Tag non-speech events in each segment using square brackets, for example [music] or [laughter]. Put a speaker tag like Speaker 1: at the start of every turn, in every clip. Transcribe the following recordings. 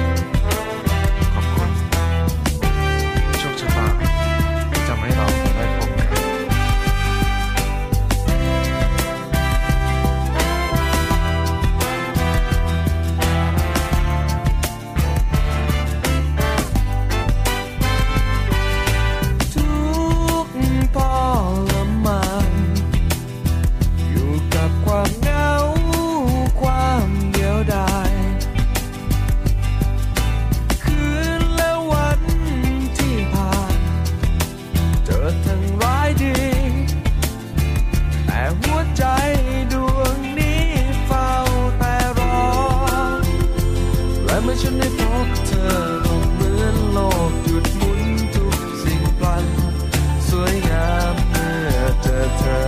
Speaker 1: ขอบคุณโชคชะตาที่ทำให้เราได้พบกัน
Speaker 2: ทุกทรมานอยู่กับความเหงาความเดียวดายคืนและวันที่ผ่านเจอทั้งร้ายดี แต่หัวใจดวงนี้เฝ้าแต่รอ และเมื่อฉันได้พบเธอก็เหมือนโลกหยุดหมุนทุกสิ่งพลัน สวยงามเมื่อเจอเธอ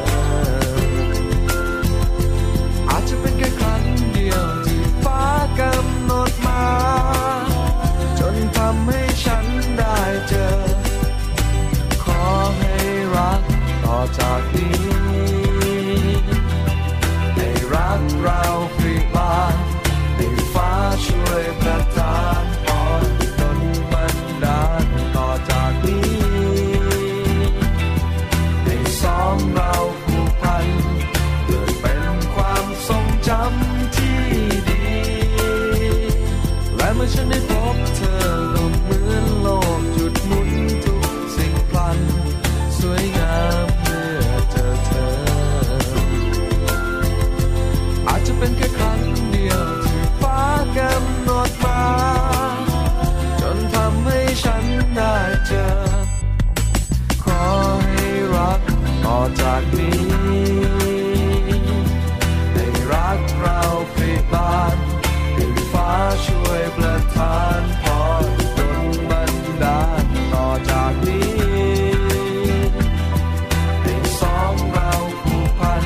Speaker 2: อาจจะเป็นแค่ครั้งเดียวที่ฟ้ากำหนดมา จนทำให้ฉันได้เจอ ขอให้รักต่อจากนี้ ให้รักเราพริบาให้ฟ้าช่วยประทานพรจนบันดาลต่อจากนี้ให้ซ้อมเราผูกพันเกิดเป็นความทรงจำที่ดี และเมื่อฉันได้พบเธอก็เหมือนโลกหยุดหมุนทุกสิ่งพลัน สวยงามเมื่อเจอเธอ อาจจะเป็นแค่ครั้งเดียวที่ฟ้ากำหนดมา จนทำให้ฉันได้เจอ ขอให้รักต่อจากนี้ ให้รักเราพริบานให้ฟ้าช่วยประทานพรจนบันดาลต่อจากนี้ ให้สองเราผูกพัน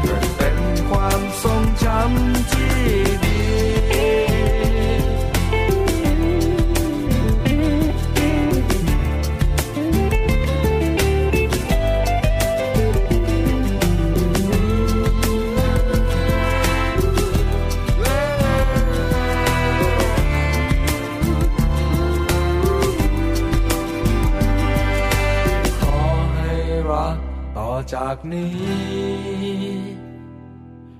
Speaker 2: เกิดเป็นความทรงจำที่ดี ขอให้รักต่อจากนี้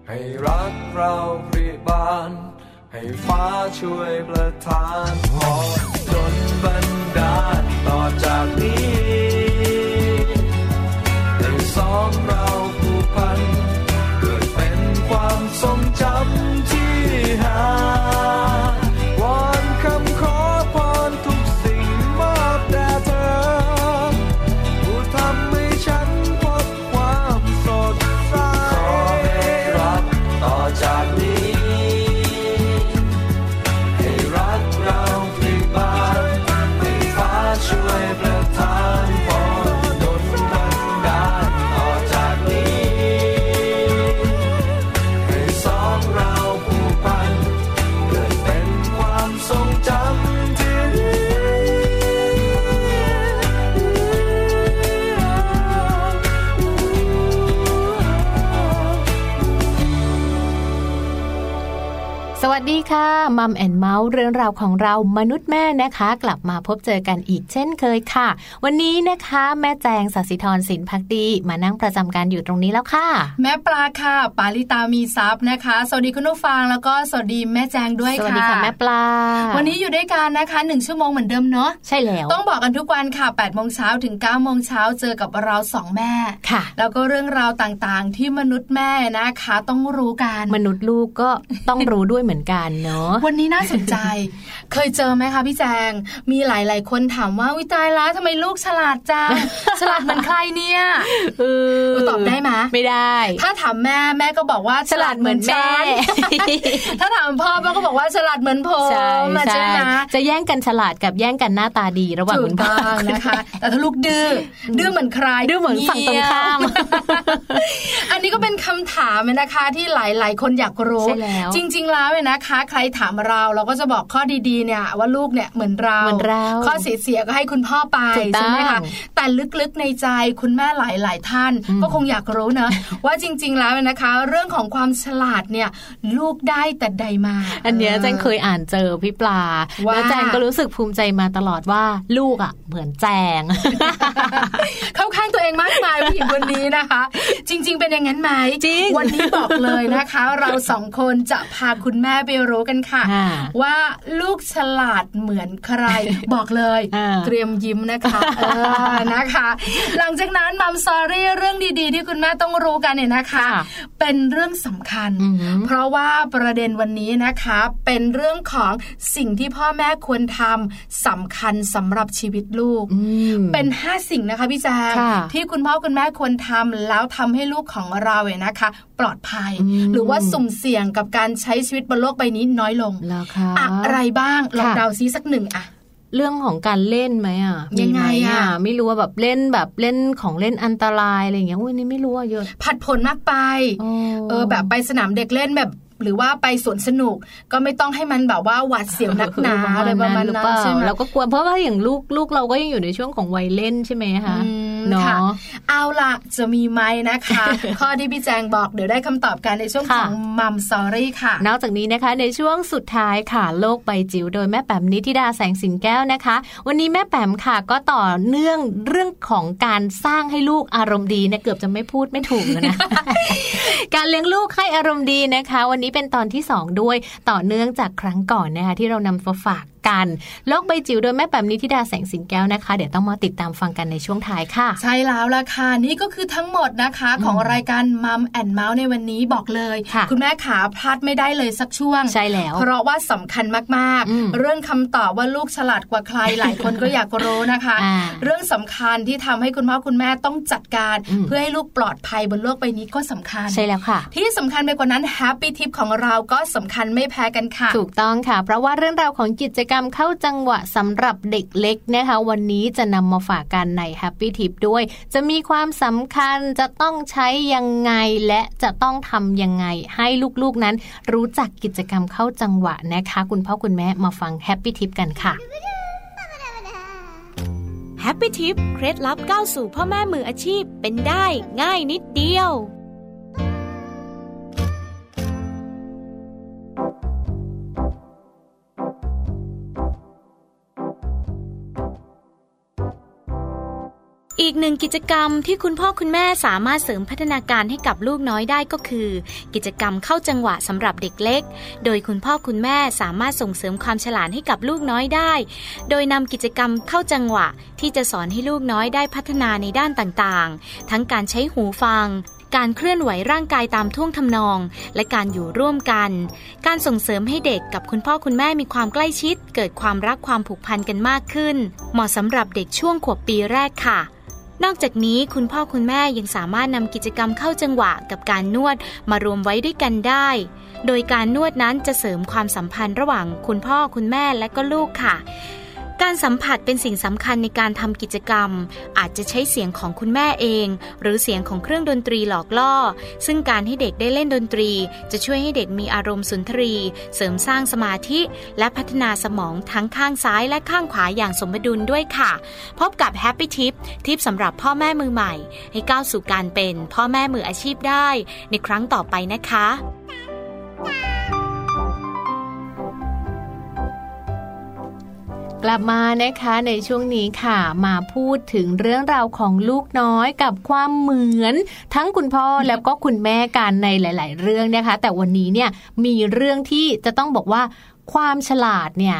Speaker 2: ให้รักเราพริบาน ให้ฟ้าช่วยประทานพรจนบันดาลต่อจากนี้ให้สองเราผูกพัน เกิดเป็นความทรงจำที่หาวอนคำขอพรทุกสิ่งมอบแด่เธอ ผู้ทำให้ฉันพบความสดใส ขอให้รักต่อจากนี้ ให้รักเราพริบาลให้ฟ้าช่วยประทานพรดลบันดาลต่อจากนี้ ให้สองเราผูกพัน เกิดเป็นความทรงจำที่ดี
Speaker 3: สวัสดีค่ะมัมแอนเมาส์เรื่องราวของเรามนุษย์แม่นะคะ กลับมาพบเจอกันอีกเช่นเคยค่ะ วันนี้นะคะ แม่แจงสัสิธรสินพักดีมานั่งประจำการอยู่ตรงนี้แล้วค่ะ
Speaker 4: แม่ปลาค่ะ ปาลิตามีซับนะคะ สวัสดีคุณผู้ฟังแล้วก็สวัสดีแม่แจงด้วย
Speaker 3: ส
Speaker 4: ค่ะ
Speaker 3: วัสดีค่ะแม่ปลา
Speaker 4: วันนี้อยู่ด้วยกันนะคะหนึ่งชั่วโมงเหมือนเดิมเนาะ
Speaker 3: ใช่แล้ว
Speaker 4: ต้องบอกกันทุกวันค่ะ8ปดโมงเช้าถึง9ก้าโมงเช้าเจอกับเราสองแม่
Speaker 3: ค่ะ
Speaker 4: แล้วก็เรื่องราวต่างๆ ที่มนุษย์แม่นะคะ ต้องรู้กัน
Speaker 3: มนุษย์ลูกก็ต้องรู้ด้วย เหมือนกันเนาะ
Speaker 4: วันนี้น่าส
Speaker 3: [laughs]
Speaker 4: นใจ เคยเจอไหมคะพี่แจง มีหลาย ๆ คนถามว่าวิตายแล้วทำไมลูกฉลาดจัง ฉลาดเหมือนใครเนี่ย
Speaker 3: เออ
Speaker 4: ตอบได้ไหม
Speaker 3: ไม่ได้
Speaker 4: ถ้าถามแม่แม่ก็บอกว่า
Speaker 3: ฉลาดเหมือนแม่
Speaker 4: ฉัน [laughs] ถ้าถามพ่อพ่อก็บอกว่าฉลาดเหมือนผม
Speaker 3: ใช่
Speaker 4: อะ
Speaker 3: ใช่
Speaker 4: ไหม
Speaker 3: จะแย่งกันฉลาดกับแย่งกันหน้าตาดีระหว่าง
Speaker 4: ถู
Speaker 3: คุ
Speaker 4: ก
Speaker 3: ณพ่อ
Speaker 4: ต้อง
Speaker 3: คุณ
Speaker 4: นะคะ แต่ถ้าลูกดื้อดื้อเหมือนใคร
Speaker 3: ดูเหมือนฝั่งตรงข้าม
Speaker 4: เงียบอันนี้ก็เป็นคำถามนะคะที่หลาย ๆ คนอยากรู้
Speaker 3: ใช่แล้ว
Speaker 4: จริง ๆ แล้วเนี่ยนะคะ ใครถามเราเราก็จะบอกข้อดี ๆ เนี่ย ว่าลูกเนี่ยเหมือนเรา
Speaker 3: เหมือนเรา
Speaker 4: ข้อเสียๆก็ให้คุณพ่อไป
Speaker 3: ถูกต้อง
Speaker 4: ใช่ไหมคะแต่ลึกๆในใจคุณแม่หลายๆ ท่าน
Speaker 3: อืม
Speaker 4: ก็คงอยากรู้
Speaker 3: [laughs]
Speaker 4: นะ ว่าจริง ๆ แล้วเนี่ยนะคะ เรื่องของความฉลาดเนี่ย ลูกได้แต่ใดมา
Speaker 3: อันเนี้ยแจงเคยอ่านเจอพี่ปลา
Speaker 4: ว่า
Speaker 3: แล้วแจงก็รู้สึกภูมิใจมาตลอดว่าลูกอ่ะ เหมือนแจง
Speaker 4: เข้าข้างตัวเองมากมายผู้หญิงคนนี้นะคะ จริง ๆ เป็นอย่างนั้นไหม
Speaker 3: จริง
Speaker 4: วันนี้บอกเลยนะคะ เราสองคนจะพาคุณแม่ไปรู้กันค่ะ
Speaker 3: อ่า [laughs]
Speaker 4: ว่าลูกฉลาดเหมือนใคร บอกเลย
Speaker 3: อ่า
Speaker 4: เตรียมยิ้ม
Speaker 3: [laughs]
Speaker 4: นะคะเออนะคะ หลังจากนั้นมัมซอรี่เรื่องดีๆ ที่คุณแม่ต้องรู้กันเนี่ยนะคะ เป็นเรื่องสำคัญ
Speaker 3: อือหือ
Speaker 4: เพราะว่าประเด็นวันนี้นะคะ เป็นเรื่องของสิ่งที่พ่อแม่ควรทำสำคัญสำหรับชีวิตลูก
Speaker 3: อืม
Speaker 4: เป็น 5 สิ่งนะคะพี่แจง
Speaker 3: ค่ะ
Speaker 4: ที่คุณพ่อคุณแม่ควรทำแล้วทำให้ลูกของเราเนี่ยนะคะ ปลอดภัย
Speaker 3: อืม
Speaker 4: หรือว่าสุ่มเสี่ยงกับการใช้ชีวิตบนโลกใบนี้น้อยลง
Speaker 3: แล้วค่ะ
Speaker 4: อะไรบ้างลอง
Speaker 3: ค่ะ
Speaker 4: เดาซิสักหนึ่งอะ
Speaker 3: เรื่องของการเล่นไหมอ่ะมี
Speaker 4: ยังไง
Speaker 3: หม
Speaker 4: อะ
Speaker 3: ไม่รู้ว่าแบบเล่นแบบเล่นของเล่นอันตรายอะไรอย่างเงี้ยอุ้ยนี่ไม่รู้อะเยอะ
Speaker 4: ผัดผลมากไป
Speaker 3: โอ้
Speaker 4: เออแบบไปสนามเด็กเล่นแบบ หรือว่าไปสวนสนุก ก็ไม่ต้องให้มันแบบว่าหวาดเสียวนักหนาอะไรประมาณ
Speaker 3: ห
Speaker 4: นั้
Speaker 3: เป
Speaker 4: น
Speaker 3: ล่
Speaker 4: ใช่ไหม
Speaker 3: เราก็กลัวเพราะว่าอย่างลูกลูกเราก็ยังอยู่ในช่วงของวัยเล่นใช่ไหมคะ
Speaker 4: อืม
Speaker 3: เนา
Speaker 4: ค่ะ
Speaker 3: ะ
Speaker 4: เอาล่ะ จะมีไหมนะคะ
Speaker 3: [laughs]
Speaker 4: ข้อที่พี่แจงบอกเดี๋ยวได้คำตอบกันในช่วงข
Speaker 3: ค่ะ
Speaker 4: องมัมซอรี่ค่ะ
Speaker 3: นอกจากนี้นะคะในช่วงสุดท้ายค่ะโลกใบจิ๋วโดยแม่แปมนิธิดาแสงสิงแก้วนะคะ วันนี้แม่แปมค่ะก็ต่อเนื่องเรื่องของการสร้างให้ลูกอารมณ์ดีเนะเกือบจะไม่พูดไม่ถูกเลย
Speaker 4: [laughs]
Speaker 3: นะ การเลี้ยงลูกให้อารมณ์ดีนะคะ วันนี้เป็นตอนที่ 2 ด้วยต่อเนื่องจากครั้งก่อนนะคะที่เรานำมาฝากกันโลกใบจิ๋วโดยแม่แปมนิธิดาแสงสิงแก้วนะคะ เดี๋ยวต้องมาติดตามฟังกันในช่วงท้ายค่ะ
Speaker 4: ใช่แล้วล่ะค่ะนี่ก็คือทั้งหมดนะคะของรายการมัมแอนเมาส์ในวันนี้บอกเลย
Speaker 3: ค่ะ
Speaker 4: ณแม่ขาพลาดไม่ได้เลยสักช่วง
Speaker 3: ใช่แล้ว
Speaker 4: เพราะว่าสำคัญมาก
Speaker 3: อืม
Speaker 4: ๆ เรื่องคำตอบว่าลูกฉลาดกว่าใครหลายคนก็อยากรู้นะคะ
Speaker 3: อ่า
Speaker 4: เรื่องสำคัญที่ทำให้คุณพ่อคุณแม่ต้องจัดการ
Speaker 3: อืม
Speaker 4: เพื่อให้ลูกปลอดภัยบนโลกใบนี้ก็สำคัญ
Speaker 3: ใช่แล้วค่ะ
Speaker 4: ที่สำคัญไปกว่านั้นแฮปปี้ทิปของเราก็สำคัญไม่แพ้กันค่ะ
Speaker 3: ถูกต้องค่ะ เพราะว่าเรื่องราวของกิจกรรมเข้าจังหวะสำหรับเด็กเล็กนะคะ วันนี้จะนำมาฝากกันใน Happy Tip ด้วย จะมีความสำคัญจะต้องใช้ยังไงและจะต้องทำยังไงให้ลูกๆนั้น รู้จักกิจกรรมเข้าจังหวะนะคะ คุณพ่อคุณแม่มาฟัง Happy Tip กันค่ะ
Speaker 5: แฮปปี้ทิปเคล็ดลับก้าวสู่พ่อแม่มืออาชีพเป็นได้ง่ายนิดเดียว อีกหนึ่งกิจกรรมที่คุณพ่อคุณแม่สามารถเสริมพัฒนาการให้กับลูกน้อยได้ก็คือ กิจกรรมเข้าจังหวะสำหรับเด็กเล็ก โดยคุณพ่อคุณแม่สามารถส่งเสริมความฉลาดให้กับลูกน้อยได้ โดยนำกิจกรรมเข้าจังหวะ ที่จะสอนให้ลูกน้อยได้พัฒนาในด้านต่างๆ ทั้งการใช้หูฟัง การเคลื่อนไหวร่างกายตามท่วงทำนอง และการอยู่ร่วมกัน การส่งเสริมให้เด็กกับคุณพ่อคุณแม่มีความใกล้ชิด เกิดความรักความผูกพันกันมากขึ้น เหมาะสำหรับเด็กช่วงขวบปีแรกค่ะ นอกจากนี้คุณพ่อคุณแม่ยังสามารถนำกิจกรรมเข้าจังหวะกับการนวดมารวมไว้ด้วยกันได้ โดยการนวดนั้นจะเสริมความสัมพันธ์ระหว่างคุณพ่อคุณแม่และก็ลูกค่ะ การสัมผัสเป็นสิ่งสำคัญในการทำกิจกรรม อาจจะใช้เสียงของคุณแม่เอง หรือเสียงของเครื่องดนตรีหลอกล่อ ซึ่งการให้เด็กได้เล่นดนตรี จะช่วยให้เด็กมีอารมณ์สุนทรีย์เสริมสร้างสมาธิ และพัฒนาสมองทั้งข้างซ้ายและข้างขวาอย่างสมดุลด้วยค่ะ พบกับ Happy Tip ทิปสำหรับพ่อแม่มือใหม่ ให้ก้าวสู่การเป็นพ่อแม่มืออาชีพได้ ในครั้งต่อไปนะคะ
Speaker 3: กลับมานะคะในช่วงนี้ค่ะมาพูดถึงเรื่องราวของลูกน้อยกับความเหมือน ทั้งคุณพ่อ แล้วก็คุณแม่กันในหลาย ๆ เรื่องนะคะ แต่วันนี้เนี่ยมีเรื่องที่จะต้องบอกว่าความฉลาดเนี่ย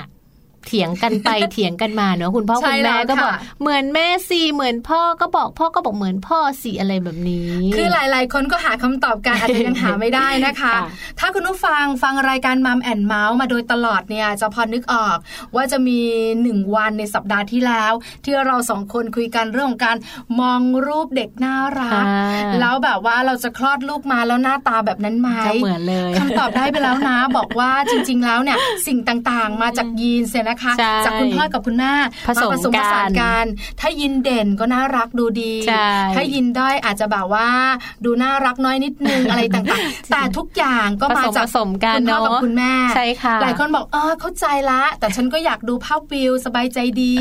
Speaker 3: เถียงกันไป เถียงกันมาเนอะคุณพ่อ
Speaker 4: ใช่
Speaker 3: คุณ
Speaker 4: แล้
Speaker 3: แม่
Speaker 4: ว
Speaker 3: ก็บอก
Speaker 4: ค่ะ
Speaker 3: เหมือนแม่สิเหมือนพ่อก็บอกพ่อก็บอกเหมือนพ่อสิอะไรแบบนี้
Speaker 4: คือหลาย ๆ คนก็หาคำตอบกันอาจจะยังหาไม่ได้นะคะ
Speaker 3: ค่ะ
Speaker 4: ถ้าคุณผู้ฟังฟังรายการมัมแอนเมาส์มาโดยตลอดเนี่ยจะพอนึกออกว่าจะมีหนึ่งวันในสัปดาห์ที่แล้ว ที่เราสองคนคุยกันเรื่องของการมองรูปเด็กน่ารัก
Speaker 3: ค่ะ
Speaker 4: แล้วแบบว่าเราจะคลอดลูกมาแล้วหน้าตาแบบนั้นไหม
Speaker 3: จะเหมือนเลย
Speaker 4: คำตอบได้ไปแล้ว
Speaker 3: [laughs]
Speaker 4: นะ บอกว่าจริง ๆ แล้วเนี่ย สิ่งต่างๆ มาจากยีนเสียนะคะ
Speaker 3: ใช่
Speaker 4: จากคุณพ่อกับคุณแม่
Speaker 3: ผสมา
Speaker 4: ผสมผสานกัน ถ้ายินเด่นก็น่ารักดูดี
Speaker 3: ใช่
Speaker 4: ถ้ายินด้อยอาจจะแบบว่า ดูน่ารักน้อยนิดนึ
Speaker 3: [laughs]
Speaker 4: ง อะไรต่างๆ แต่ทุกอย่างก็มาจา
Speaker 3: ผส
Speaker 4: ก
Speaker 3: มผสมกัน
Speaker 4: คุณพ่อ
Speaker 3: เนอะ
Speaker 4: กับคุณแม่
Speaker 3: ใช่ค่ะ
Speaker 4: หลายคนบอกเออเข้าใจละ แต่ฉันก็อยากดูภาพวิวสบายใจ
Speaker 3: [laughs]
Speaker 4: ดี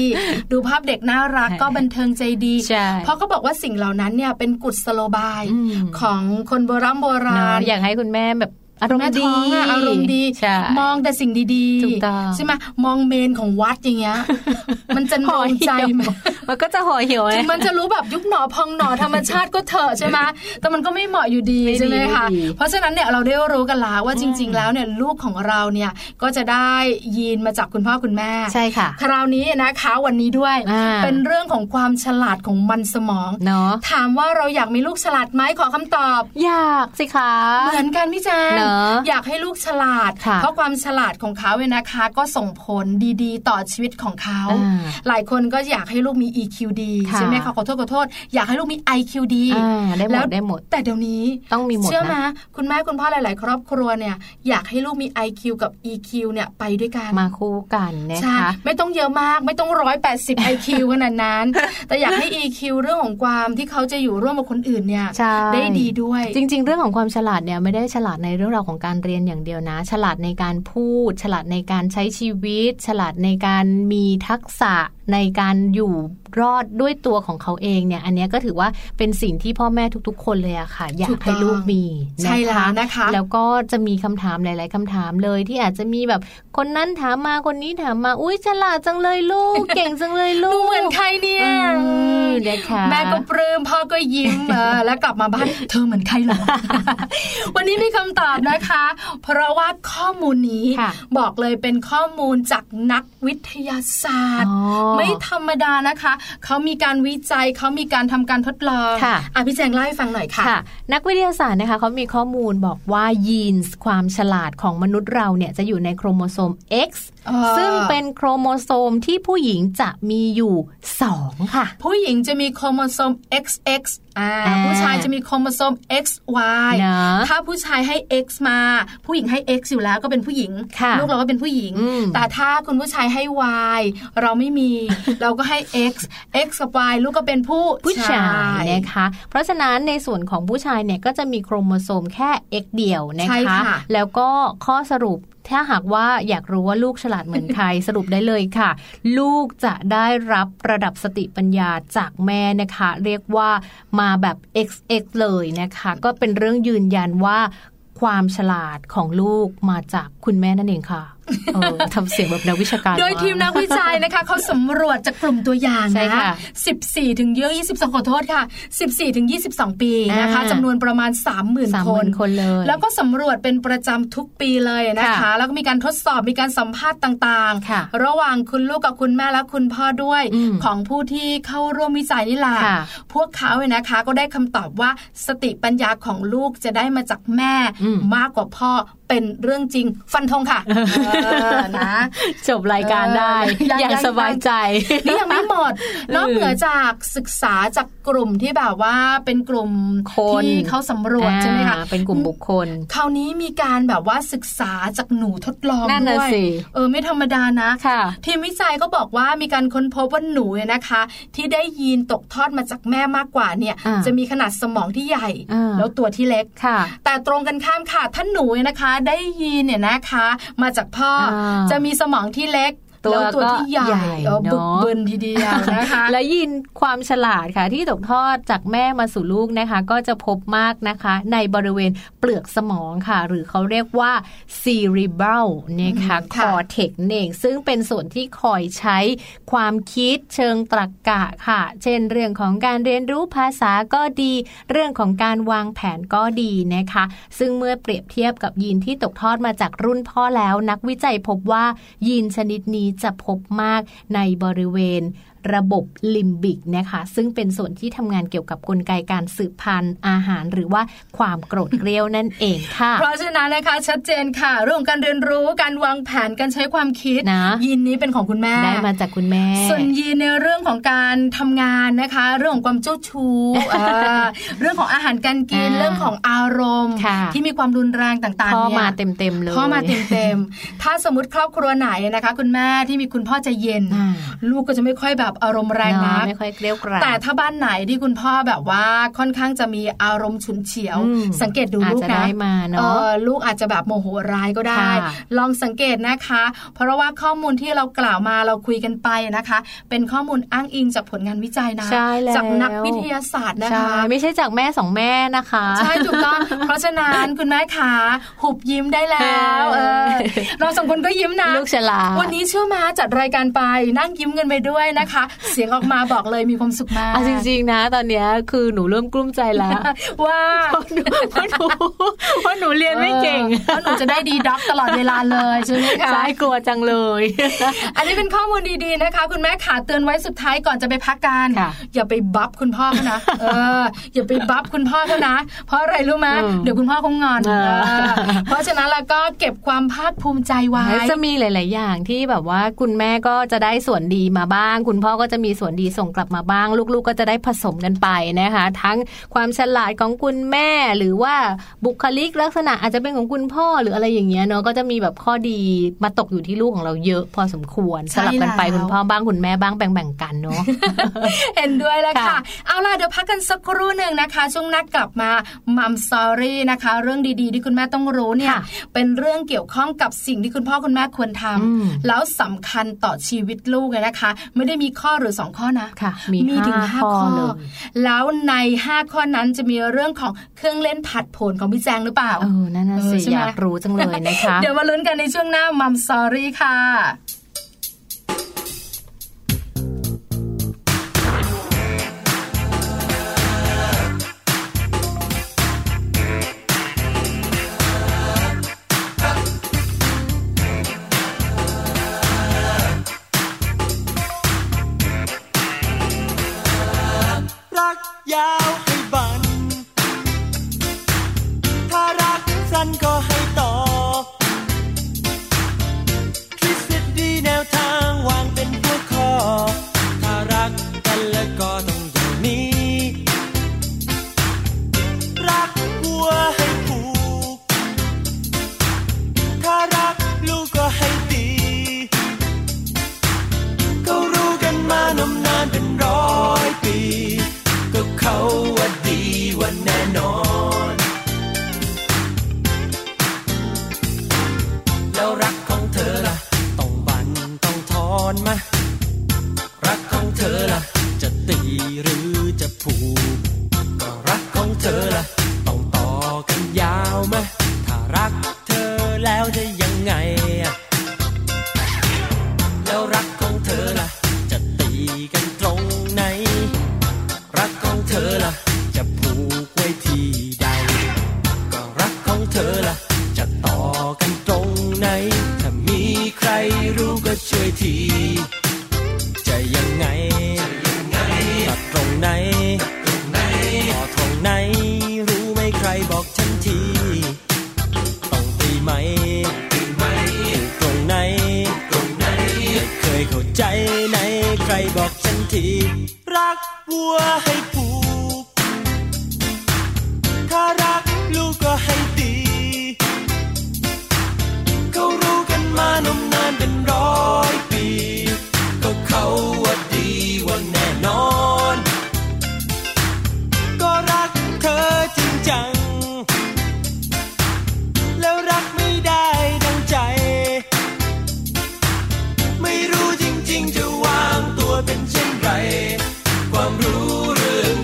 Speaker 4: ดูภาพเด็กน่ารักก็บันเทิงใจดี
Speaker 3: ใช่
Speaker 4: เพราะก็บอกว่าสิ่งเหล่านั้นเนี่ยเป็นกุศโลบาย
Speaker 3: อืม
Speaker 4: ของคนโบราณโบรา
Speaker 3: เน
Speaker 4: ณ
Speaker 3: อะอยากให้คุณแม่แบบอารม
Speaker 4: แม่
Speaker 3: ณ์ดี
Speaker 4: ท้องอะอารมณ์ดี
Speaker 3: ใช่
Speaker 4: มองแต่สิ่งดี
Speaker 3: ถูกต้อง
Speaker 4: ใช่ไหมมองเมนของวัดอย่างเงี้ย
Speaker 3: [laughs]
Speaker 4: มันจะโด
Speaker 3: ห่อน
Speaker 4: ใจ
Speaker 3: เหี่ยว
Speaker 4: ไหม
Speaker 3: มันก็จะห่อเหี่ยวเล
Speaker 4: ถึ
Speaker 3: ย
Speaker 4: งมันจะรู้แบบยุบหนอพองหนอธรรมชาติก็เถอะใช่ไหม
Speaker 3: [laughs]
Speaker 4: แต่มันก็ไม่เหมาะอยู่ดี
Speaker 3: ไม่ดี
Speaker 4: ใช่ไหมคะ
Speaker 3: ไม่ดี
Speaker 4: เพราะฉะนั้นเนี่ยเราได้รู้กันแล้วว่าจริง ๆ แล้วเนี่ยลูกของเราเนี่ยก็จะได้ยีนมาจากคุณพ่อคุณแม่
Speaker 3: ใช่ค่ะ
Speaker 4: คราวนี้นะคะวันนี้ด้วย
Speaker 3: อ่า
Speaker 4: เป็นเรื่องของความฉลาดของมันสมอง
Speaker 3: เนาะ
Speaker 4: ถามว่าเราอยากมีลูกฉลาดไหมขอคำตอบ
Speaker 3: อยากสิคะ
Speaker 4: เหมือนกันพี่แจง
Speaker 3: เนอะ
Speaker 4: อยากให้ลูกฉลาด
Speaker 3: ค่ะ
Speaker 4: เพราะความฉลาดของเขาเนี่ยนะคะ ก็ส่งผลดีๆ ต่อชีวิตของเขา
Speaker 3: อ่า
Speaker 4: หลายคนก็อยากให้ลูกมี EQ ดี
Speaker 3: ค่ะ
Speaker 4: ใช่ไหมคะขอโทษขอโทษ อยากให้ลูกมี IQ ดี
Speaker 3: อ่าได้หมด
Speaker 4: แล้ว
Speaker 3: ได้หมด
Speaker 4: แต่เดี๋ยวนี้
Speaker 3: ต้องมีหมด
Speaker 4: เชื่อไหม
Speaker 3: นะ
Speaker 4: คุณแม่คุณพ่อหลาย ๆ ครอบครัวเนี่ยอยากให้ลูกมี IQ กับ EQ เนี่ยไปด้วยกัน
Speaker 3: มาคู่กันนะ
Speaker 4: ใช่
Speaker 3: คะ
Speaker 4: ไม่ต้องเยอะมากไม่ต้องร้อยแปดสิบ IQ ขนาด
Speaker 3: [laughs]
Speaker 4: นั้น แต่อยากให้ EQ เรื่องของความที่เขาจะอยู่ร่วมกับคนอื่นเนี่ย
Speaker 3: ใช่
Speaker 4: ได้ดีด้วย
Speaker 3: จริง ๆ เรื่องของความฉลาดเนี่ยไม่ได้ฉลาดในเรื่องราวของการเรียนอย่างเดียวนะ ฉลาดในการพูด ฉลาดในการใช้ชีวิต ฉลาดในการมีทักษะในการอยู่รอดด้วยตัวของเขาเองเนี่ย อันเนี้ยก็ถือว่าเป็นสิ่งที่พ่อแม่ทุก ๆ คนเลยอะค่ะ อยา
Speaker 4: ถู
Speaker 3: ก
Speaker 4: กต้อง
Speaker 3: ให้ลูกมี
Speaker 4: ใช่แล้วนะคะ
Speaker 3: แล้วก็จะมีคำถามหลาย ๆคำถามเลยที่อาจจะมีแบบคนนั้นถามมาคนนี้ถามมา อุ้ยฉลาดจังเลยลูก เก่งจังเลยลู
Speaker 4: ดู
Speaker 3: ก
Speaker 4: เหมือนใครเนี่ย
Speaker 3: อืมนะคะ
Speaker 4: แม่ก็ปลื้มพ่อก็ยิ้ม เออแล้วกลับมา
Speaker 3: [laughs]
Speaker 4: บ้าน เธอเหมือนใครเหรอ [laughs] วันนี้มีคำตอบนะคะ เพราะว่าข้อมูลนี้
Speaker 3: ค่ะ
Speaker 4: บอกเลยเป็นข้อมูลจากนักวิทยาศาสตร์
Speaker 3: อ๋อ
Speaker 4: ไม่ธรรมดานะคะ เขามีการวิจัยเขามีการทำการทดลอง
Speaker 3: ค่ะ
Speaker 4: อ่ะพี่แจงเล่าให้ฟังหน่อยค่ะ
Speaker 3: ค่ะนักวิทยาศาสตร์นะคะเขามีข้อมูลบอกว่ายีนส์ความฉลาดของมนุษย์เราเนี่ยจะอยู่ในโครโมโซม X
Speaker 4: อ่า
Speaker 3: ซึ่งเป็นโครโมโซมที่ผู้หญิงจะมีอยู่ 2 ค่ะ
Speaker 4: ผู้หญิงจะมีโครโมโซม XX อ่า
Speaker 3: อ่า
Speaker 4: ผู้ชายจะมีโครโมโซม XY
Speaker 3: เนอะ
Speaker 4: ถ้าผู้ชายให้ X มา ผู้หญิงให้ X อยู่แล้วก็เป็นผู้หญิง
Speaker 3: ค่ะ
Speaker 4: ลูกเราก็เป็นผู้หญิง
Speaker 3: อืม
Speaker 4: แต่ถ้าคุณผู้ชายให้ Y เราไม่มี [laughs] เราก็ให้ X X กับ Y ลูกก็เป็นผู้
Speaker 3: ผู้ชายนะคะ เพราะฉะนั้นในส่วนของผู้ชายเนี่ยก็จะมีโครโมโซมแค่ X เดียวนะ
Speaker 4: ใช่
Speaker 3: คะ
Speaker 4: ค่ะ
Speaker 3: แล้วก็ข้อสรุปถ้าหากว่าอยากรู้ว่าลูกฉลาดเหมือนใคร [laughs] สรุปได้เลยค่ะ ลูกจะได้รับระดับสติปัญญาจากแม่นะคะ เรียกว่ามาแบบ XX เลยนะคะ ก็เป็นเรื่องยืนยันว่าความฉลาดของลูกมาจากคุณแม่นั่นเอง [laughs] ค่ะเออทำเสียงแบบนักวิชาการ
Speaker 4: โดย
Speaker 3: าก
Speaker 4: ทีมนักวิจัยนะคะเขาสำรวจจากกลุ่มตัวอย่าง
Speaker 3: ใช่
Speaker 4: นะ
Speaker 3: ค่ะ
Speaker 4: 14 ถึงเยอะ22ขอโทษค่ะ 14 ถึง 22 ปีนะคะ
Speaker 3: อ่า
Speaker 4: จำนวนประมาณ 30,000
Speaker 3: สาม
Speaker 4: ค
Speaker 3: หมื่
Speaker 4: น
Speaker 3: นคนเลย
Speaker 4: แล้วก็สำรวจเป็นประจำทุกปีเลยนะคะ
Speaker 3: ค่ะ
Speaker 4: แล้วก็มีการทดสอบมีการสัมภาษณ์ต่าง
Speaker 3: ค่ะ
Speaker 4: ๆ ระหว่างคุณลูกกับคุณแม่และคุณพ่อด้วย
Speaker 3: อืม
Speaker 4: ของผู้ที่เข้าร่วมวิจัยนี่แหละ
Speaker 3: ค่ะ
Speaker 4: พวกเขาเนี่ยนะคะ ก็ได้คำตอบว่าสติปัญญาของลูกจะได้มาจากแม่ มากกว่าพ่อเป็นเรื่องจริง ฟันธงค่ะเออนะ
Speaker 3: จบรายการได้
Speaker 4: เออยัง
Speaker 3: อย่าง [laughs]
Speaker 4: ยัง
Speaker 3: สบายใจ
Speaker 4: นี่ยังไม่หมด
Speaker 3: เออน
Speaker 4: อกเหนือจากศึกษาจากกลุ่มที่แบบว่าเป็นกลุ่ม
Speaker 3: คน
Speaker 4: ที่เขาสำรวจใช่ไหมคะ
Speaker 3: อ่าเป็นกลุ่มบุคคล
Speaker 4: คราวนี้มีการแบบว่าศึกษาจากหนูทดลอง
Speaker 3: นั่นน่ะ
Speaker 4: ด้วย
Speaker 3: สิ
Speaker 4: เออไม่ธรรมดานะ
Speaker 3: ค่ะ
Speaker 4: ทีมวิจัยก็บอกว่ามีการค้นพบว่าหนูเนี่ยนะคะ ที่ได้ยีนตกทอดมาจากแม่มากกว่าเนี่ย
Speaker 3: อ่า
Speaker 4: จะมีขนาดสมองที่ใหญ่
Speaker 3: อ่า
Speaker 4: แล้วตัวที่เล็ก
Speaker 3: ค่ะ
Speaker 4: แต่ตรงกันข้ามค่ะถ้าหนูเนี่ยนะคะ ได้ยีนเนี่ยนะคะ มาจากพ่ออา จะมีสมองที่เล็ก
Speaker 3: ตัว
Speaker 4: แล้วตัวที่ใหญ่
Speaker 3: ก็ใหญ่
Speaker 4: เออ
Speaker 3: เนอะ
Speaker 4: บึกบึนทีเดียวนะคะ
Speaker 3: [laughs] และยินความฉลาดค่ะ ที่ตกทอดจากแม่มาสู่ลูกนะคะ ก็จะพบมากนะคะ ในบริเวณเปลือกสมองค่ะ หรือเขาเรียกว่า cerebral นะคะ
Speaker 4: อืม
Speaker 3: ค
Speaker 4: ค่ะ
Speaker 3: อเทกเองซึ่งเป็นส่วนที่คอยใช้ความคิดเชิงตรรกกะค่ะ เช่นเรื่องของการเรียนรู้ภาษาก็ดี เรื่องของการวางแผนก็ดีนะคะ ซึ่งเมื่อเปรียบเทียบกับยีนที่ตกทอดมาจากรุ่นพ่อแล้ว นักวิจัยพบว่ายีนชนิดนี้ จะพบมากในบริเวณระบบลิมบิกนะคะซึ่งเป็นส่วนที่ทำงานเกี่ยวกับกลไกการสืบพันธุ์อาหาร หรือว่าความโกรธเกรียวนั่นเองค่ะ
Speaker 4: เพราะฉะนั้นนะคะชัดเจนค่ะ เรื่องของการเรียนรู้การวางแผนการใช้ความคิด
Speaker 3: นะ
Speaker 4: ยีนนี้เป็นของคุณแม่
Speaker 3: ได้มาจากคุณแม่
Speaker 4: ส่วนยีนในเรื่องของการทำงานนะคะ เรื่องของความเจ้าชู้
Speaker 3: [laughs]
Speaker 4: อ่าเรื่องของอาหารการกิน
Speaker 3: อ่า
Speaker 4: เรื่องของอารมณ์
Speaker 3: ค่ะ
Speaker 4: ที่มีความรุนแรงต่างๆ
Speaker 3: พ่อ
Speaker 4: เนี่ย
Speaker 3: มาเต็มๆเลย
Speaker 4: พ่อมาเต็ม
Speaker 3: [laughs]
Speaker 4: ๆถ้าสมมติครอบครัวไหนนะคะ คุณแม่ที่มีคุณพ่อใจเย็น
Speaker 3: อ่า
Speaker 4: ลูกก็จะไม่ค่อยแบบอารมณ์แรง
Speaker 3: เนาะ
Speaker 4: นัก
Speaker 3: ไม่ค่อยเกลียวกราด
Speaker 4: แต่ถ้าบ้านไหนที่คุณพ่อแบบว่าค่อนข้างจะมีอารมณ์ฉุนเฉียว
Speaker 3: อืม
Speaker 4: สังเกตดู
Speaker 3: อาจ
Speaker 4: ลูก
Speaker 3: จะ
Speaker 4: นะ
Speaker 3: ได้มาเนอะ
Speaker 4: ออลูกอาจจะแบบโมโหร้ายก็ได้
Speaker 3: ค่ะ
Speaker 4: ลองสังเกตนะคะ เพราะว่าข้อมูลที่เรากล่าวมาเราคุยกันไปนะคะ เป็นข้อมูลอ้างอิงจากผลงานวิจัยนะ
Speaker 3: ใช่แล้ว
Speaker 4: จากนักวิทยาศาสตร์นะ
Speaker 3: ใช่
Speaker 4: คะ
Speaker 3: ไม่ใช่จากแม่สองแม่นะคะ
Speaker 4: ใช่ถูกต้อง เพราะฉะนั้นคุณแม่ขาหุบยิ้มได้แล้วเออเราสองคนก็ยิ้มนะ
Speaker 3: ลูกฉลาด
Speaker 4: วันนี้เชื่อมาจัดรายการไปนั่งยิ้มกันไปด้วยนะคะ เสียงออกมาบอกเลยมีความสุขมาก
Speaker 3: อ่ะจริงๆนะ ตอนเนี้ยคือหนูเริ่มกลุ้มใจแล้ว
Speaker 4: ว่า
Speaker 3: เพราะหนูเพราะหนูเรียนไม่เก่ง
Speaker 4: ออแล้วหนูจะได้ดีด็อกตลอดเวลาเลยใช่ไหมคะ
Speaker 3: ใช่กลัวจังเลย
Speaker 4: อันนี้เป็นข้อมูลดีๆนะคะ คุณแม่ขาเตือนไว้สุดท้ายก่อนจะไปพักกัน
Speaker 3: ค่ะ
Speaker 4: อย่าไปบัฟคุณพ่อเขานะเออ อย่าไปบัฟคุณพ่อเขานะ เพราะอะไรรู้ไหม
Speaker 3: อืม
Speaker 4: เดี๋ยวคุณพ่อคงงอน
Speaker 3: เออ
Speaker 4: เออเพราะฉะนั้นเราก็เก็บความภาคภูมิใจไว้
Speaker 3: จะมีหลาย ๆ อย่างที่แบบว่าคุณแม่ก็จะได้ส่วนดีมาบ้าง คุณพ่อก็จะมีส่วนดีส่งกลับมาบ้าง ลูก ๆ ก็จะได้ผสมกันไปนะคะ ทั้งความฉลาดของคุณแม่ หรือว่าบุคลิกลักษณะอาจจะเป็นของคุณพ่อหรืออะไรอย่างเงี้ยเนาะก็จะมีแบบข้อดีมาตกอยู่ที่ลูกของเราเยอะ พอสมควร
Speaker 4: ใช่
Speaker 3: สลับกันไป
Speaker 4: แล้ว
Speaker 3: คุณพ่อบ้างคุณแม่บ้างแบ่งๆกันเนาะ
Speaker 4: เห็นด้วยแล้วค่ะ
Speaker 3: ค่ะ
Speaker 4: เอาล่ะเดี๋ยวพักกันสักครู่หนึ่งนะคะ ช่วงหนักกลับมามัมสอรี่นะคะ เรื่องดีๆ ที่คุณแม่ต้องรู้เนี่ย
Speaker 3: ค่ะ
Speaker 4: เป็นเรื่องเกี่ยวข้องกับสิ่งที่คุณพ่อคุณแม่ควรทำ
Speaker 3: อืม
Speaker 4: แล้วสำคัญต่อชีวิตลูกเลยนะคะ ไม่ได้มีข้อหรือ 2 ข้อนะ
Speaker 3: ค่ะ มี
Speaker 4: ถึง
Speaker 3: ห้า
Speaker 4: ห้า
Speaker 3: ข้อ
Speaker 4: ข้อ
Speaker 3: เลย
Speaker 4: แล้วใน 5 ข้อนั้นจะมีเรื่องของเครื่องเล่นผัดผลของพี่แจงหรือเปล่า
Speaker 3: เออนั่นน่ะ
Speaker 4: เออ
Speaker 3: สิ
Speaker 4: ใช่ไห
Speaker 3: อ
Speaker 4: ม
Speaker 3: ยากรู้จังเลยนะคะ
Speaker 4: เดี๋ยวมาลุ้นกันในช่วงหน้ามัมสอรี่ค่ะ
Speaker 6: รักยาวให้บัน ถ้ารักสั้นก็ให้ต่อทฤษฎีแนวทางวางเป็นหัวข้อ ถ้ารักกันแล้วก็ต้องอย่างนี้ รักวัวให้ผูก ถ้ารักลูกก็ให้ตี ก็รู้กันมานมนานเป็นร้อยปี ก็เขาว่าดีว่าแน่นอน แล้วรักของเธอล่ะ ต้องบันต้องทอนมารักของเธอล่ะ จะตีหรือจะผูก ก็รักของเธอล่ะ ต้องต่อกันยาวมาถ้ารักเธอแล้วจะยังไงอะ แล้วรักของเธอล่ะ จะตีกันตรงไหน รักของเธอล่ะ จะผูกไว้ที่ใด ก็รักของเธอล่ะ จะต่อกันตรงไหน ถ้ามีใครรู้ก็ช่วยที จะยังไงตัดตรงไหนต่อตรงไหน รู้ไหมใครบอกฉันที ต้องตีไหมตีไหมตรงไหน ตรงไหน เคยเข้าใจไหน ใครบอกฉันที รักวัวให้ผูก ถ้ารักลูกก็ให้ตีเขารู้กันมานมนานเป็นร้อยปี ก็เขาว่าดีว่าแน่นอน ก็รักเธอจริงจัง แล้วรักไม่ได้ดังใจ ไม่รู้จริงๆ จะวางตัวเป็นเช่นไร ความรู้เรื่อง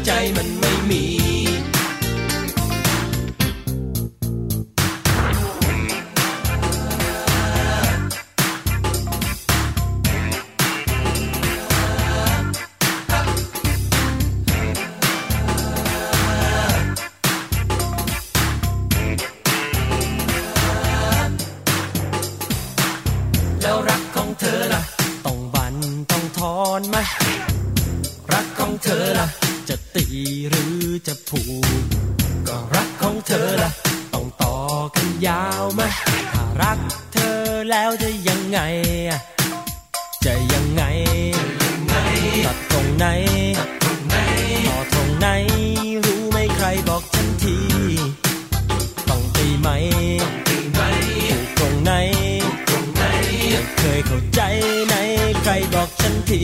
Speaker 6: ยาวไหมถ้ารักเธอแล้วจะยังไงอะจะยังไง ตัดตรงไหนต่อตรงไหน รู้ไหมใครบอกฉันที ต้องตีไหมถูกตรงไหน ไม่เคยเข้าใจในใครบอกฉันที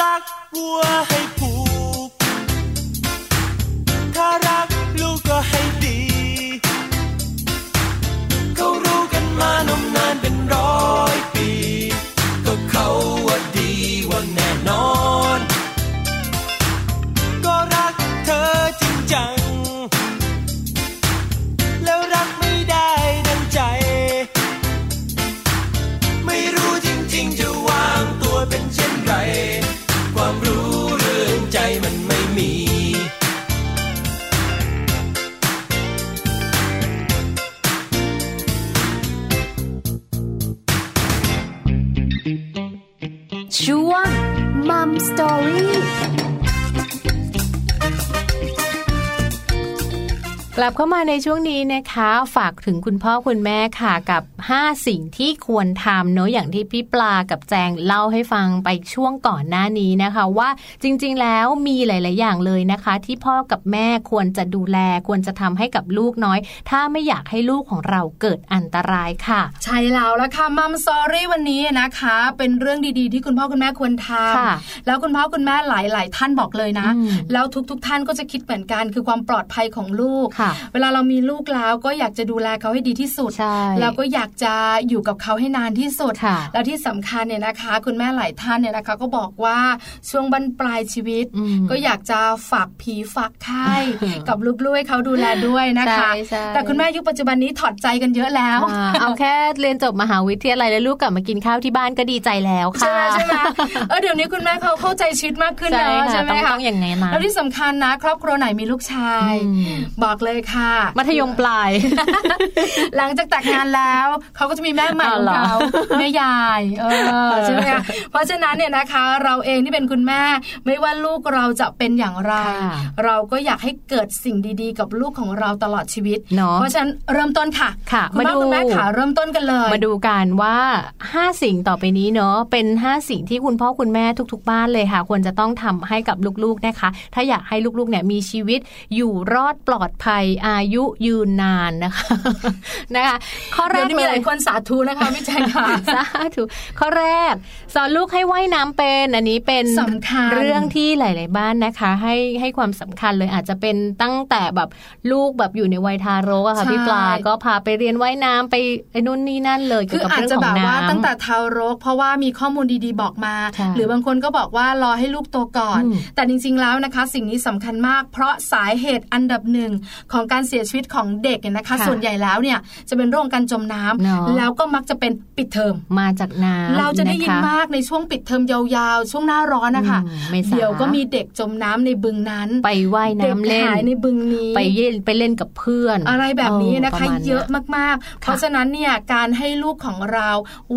Speaker 6: รักวัวให้ผูก ถ้ารักลูกก็ให้ดี เขารู้กันมานมนานเป็นร้อยปี ก็เขาว่าดีว่าแน่นอน ก็รักเธอจริงจัง แล้วรักไม่ได้ดังใจ ไม่รู้จริง ๆ จะวางตัวเป็นเช่นไร ความรู้เรื่องใจมันไม่มี
Speaker 7: ช่วงมัมสตอรี่
Speaker 3: กลับเข้ามาในช่วงนี้นะคะ ฝากถึงคุณพ่อคุณแม่ค่ะกับ 5 สิ่งที่ควรทำเนอะอย่างที่พี่ปลากับแจงเล่าให้ฟังไปช่วงก่อนหน้านี้นะคะ ว่าจริงๆแล้วมีหลาย ๆ อย่างเลยนะคะ ที่พ่อกับแม่ควรจะดูแล ควรจะทำให้กับลูกน้อย ถ้าไม่อยากให้ลูกของเราเกิดอันตรายค่ะ
Speaker 4: ใช่แล้วละค่ะมัมซอรี่วันนี้นะคะ เป็นเรื่องดีๆ ที่คุณพ่อคุณแม่ควรท
Speaker 3: ค่ะ
Speaker 4: ำแล้วคุณพ่อคุณแม่หลาย ๆ ท่านบอกเลยนะ
Speaker 3: อืม
Speaker 4: แล้วทุก ๆ ท่านก็จะคิดเหมือนกันคือความปลอดภัยของลูก
Speaker 3: ค่ะ
Speaker 4: เวลาเรามีลูกแล้วก็อยากจะดูแลเขาให้ดีที่สุด
Speaker 3: ใช่
Speaker 4: แล้วก็อยากจะอยู่กับเขาให้นานที่สุด
Speaker 3: ค่ะ
Speaker 4: แล้วที่สำคัญเนี่ยนะคะ คุณแม่หลายท่านเนี่ยนะคะ ก็บอกว่าช่วงบั้นปลายชีวิต
Speaker 3: อืม
Speaker 4: ก็อยากจะฝากผีฝากไข้
Speaker 3: [laughs]
Speaker 4: กับลูกๆให้เขาดูแลด้วยนะคะ
Speaker 3: ใช่ใช่
Speaker 4: แต่คุณแม่ยุคปัจจุบันนี้ถอดใจกันเยอะแล้ว
Speaker 3: อ่าเอาแค่เรียนจบมหาวิทยาลัยแล้วลูกกลับมากินข้าวที่บ้านก็ดีใจแล้ว
Speaker 4: ใช่
Speaker 3: ค่ะ
Speaker 4: ไหมใช่ไหมเออเดี๋ยวนี้คุณแม่เขาเข้าใจชีวิตมากขึ้นเนอะใช่ไหม
Speaker 3: ต้อง
Speaker 4: คะ
Speaker 3: ต้องอย่างไงนะ
Speaker 4: แล้วที่สำคัญนะ ครอบครัวไหนมีลูกชาย
Speaker 3: อืม
Speaker 4: บอกเลยค่ะ
Speaker 3: มัธยมปลาย
Speaker 4: หลังจากแต่งงานแล้วเขาก็จะมีแม่ใหม่
Speaker 3: อ๋อ
Speaker 4: ของ
Speaker 3: เหรอ
Speaker 4: เขาแม่ยายเออใช่ไหมคะเพราะฉะนั้นเนี่ยนะคะ เราเองที่เป็นคุณแม่ ไม่ว่าลูกเราจะเป็นอย่างไร
Speaker 3: ค่ะ
Speaker 4: เราก็อยากให้เกิดสิ่งดีๆ กับลูกของเราตลอดชีวิต
Speaker 3: เนอะ
Speaker 4: ราะฉะนั้นเริ่มต้นค่ะ
Speaker 3: ค่ะ
Speaker 4: คุณพ่อ
Speaker 3: มาดู
Speaker 4: คุณแม่ขาเริ่มต้นกันเลย
Speaker 3: มาดูกันว่า 5 สิ่งต่อไปนี้เนาะเป็น 5 สิ่งที่คุณพ่อคุณแม่ทุก ๆ บ้านเลยค่ะ ควรจะต้องทำให้กับลูกๆนะคะ ถ้าอยากให้ลูกๆเนี่ยมีชีวิตอยู่รอดปลอดภัยอายุยืนนานนะคะ [laughs] นะคะข้อแร
Speaker 4: เดี๋ย
Speaker 3: ก
Speaker 4: ว
Speaker 3: เล
Speaker 4: นี้มีหลาย ยคนสาธุ
Speaker 3: [laughs]
Speaker 4: นะคะพี่แจงค่ะ
Speaker 3: สาธุข้อแรก สอนลูกให้ว่ายน้ำเป็น อันนี้เป็น
Speaker 4: สำคัญ
Speaker 3: เรื่องที่หลาย ๆ บ้านนะคะ ให้ให้ความสำคัญเลยอาจจะเป็นตั้งแต่แบบลูกแบบอยู่ในวัยทารกอะค่ะ
Speaker 4: ใช่
Speaker 3: พี่ปลาก็พาไปเรียนว่ายน้ำไปไอ้นู่นนี่นั่นเลยเกี่ย
Speaker 4: คื
Speaker 3: ว
Speaker 4: อ
Speaker 3: กับ
Speaker 4: อาจ
Speaker 3: เรื่อง
Speaker 4: จะ
Speaker 3: ขอ
Speaker 4: แบ
Speaker 3: ง
Speaker 4: บว่า
Speaker 3: น้ำ
Speaker 4: ตั้งแต่ทารก เพราะว่ามีข้อมูลดีๆบอกมา
Speaker 3: ใช่
Speaker 4: หรือบางคนก็บอกว่ารอให้ลูกโตก่อน
Speaker 3: อืม
Speaker 4: แต่จริงๆแล้วนะคะ สิ่งนี้สำคัญมาก เพราะสาเหตุอันดับหนึ่งของการเสียชีวิตของเด็กเนี่ยนะคะ
Speaker 3: ค่ะ
Speaker 4: ส่วนใหญ่แล้วเนี่ยจะเป็นโรคการจมน้ำ
Speaker 3: เนอะ
Speaker 4: แล้วก็มักจะเป็นปิดเทอม
Speaker 3: มาจากน้ำ
Speaker 4: เราจะได้ยิน
Speaker 3: ค
Speaker 4: มากในช่วงปิดเทอมยาวๆ ช่วงหน้าร้อนนะคะ
Speaker 3: อืมเมษา
Speaker 4: เดี๋ยวก็มีเด็กจมน้ำในบึงนั้น
Speaker 3: ไปว่ายน้ำเล่
Speaker 4: ด็ก
Speaker 3: น
Speaker 4: หายในบึงนี้
Speaker 3: ไปเล่นไปเล่นกับเพื่อน
Speaker 4: อะไรแบบนี้นะ
Speaker 3: ปร
Speaker 4: คะ
Speaker 3: มาณ
Speaker 4: เยอะ
Speaker 3: นี้
Speaker 4: มากๆ เพราะฉะนั้นเนี่ยการให้ลูกของเรา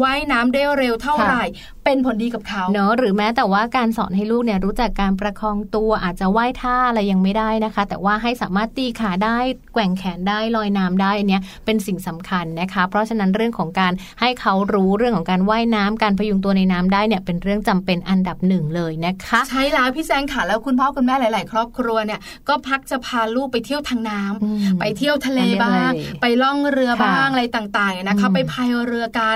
Speaker 4: ว่ายน้ำได้เร็วเท่าไหร่ เป็นผลดีกับเขา
Speaker 3: เนอะหรือแม้แต่ว่าการสอนให้ลูกเนี่ยรู้จักการประคองตัวอาจจะว่ายท่าอะไรยังไม่ได้นะคะ แต่ว่าให้สามารถตีขาได้แกว่งแขนได้ลอยน้ำได้อันเนี้ยเป็นสิ่งสำคัญนะคะ เพราะฉะนั้นเรื่องของการให้เขารู้เรื่องของการว่ายน้ำการพยุงตัวในน้ำได้เนี่ยเป็นเรื่องจำเป็นอันดับหนึ่งเลยนะคะ
Speaker 4: ใช่แล้วพี่แจงค่ะแล้วคุณพ่อคุณแม่หลาย ๆ ครอบครัวเนี่ยก็พักจะพาลูกไปเที่ยวทางน้ำ
Speaker 3: อืม
Speaker 4: ไปเที่ยวทะเล
Speaker 3: ไปเที่ยว
Speaker 4: บ้าง
Speaker 3: ทะเล
Speaker 4: ไปล่องเรือบ้าง
Speaker 3: ค่ะ
Speaker 4: อะไรต่าง ๆ นะคะ
Speaker 3: อืม
Speaker 4: ไปพายเรือกัน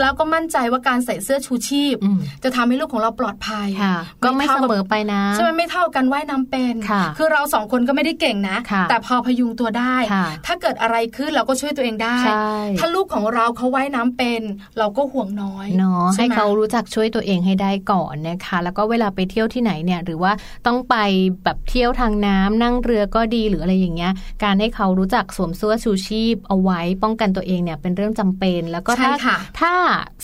Speaker 4: แล้วก็มั่นใจว่าการใส่เสื้อชูชีพ
Speaker 3: อืม
Speaker 4: จะทำให้ลูกของเราปลอดภัย
Speaker 3: ค่ะ ก็ไม่
Speaker 4: เท่า
Speaker 3: เส
Speaker 4: บ
Speaker 3: มอไปนะ
Speaker 4: ใช่ไหมไม่เท่ากันว่ายน้ำเป็น
Speaker 3: ค่ะ
Speaker 4: อเราสองคนก็ไม่ได้เก่งนะ
Speaker 3: ค่ะ
Speaker 4: แต่พอพยุงตัวได้
Speaker 3: ค่ะ
Speaker 4: ถ้าเกิดอะไรขึ้นเราก็ช่วยตัวเองได้
Speaker 3: ใช่
Speaker 4: ถ้าลูกของเราเขาว่ายน้ำเป็น เราก็ห่วงน้อย
Speaker 3: เนาะ
Speaker 4: ช่
Speaker 3: ให้
Speaker 4: ไม
Speaker 3: เขารู้จักช่วยตัวเองให้ได้ก่อนนะคะ แล้วก็เวลาไปเที่ยวที่ไหนเนี่ยหรือว่าต้องไปแบบเที่ยวทางน้ำนั่งเรือก็ดีหรืออะไรอย่างเงี้ย การให้เขารู้จักสวมเสื้อชูชีพเอาไว้ป้องกันตัวเองเนี่ยเป็นเรื่องจำเป็น แล้วก็ถ้า
Speaker 4: ใช่ค่ะ
Speaker 3: ถ้า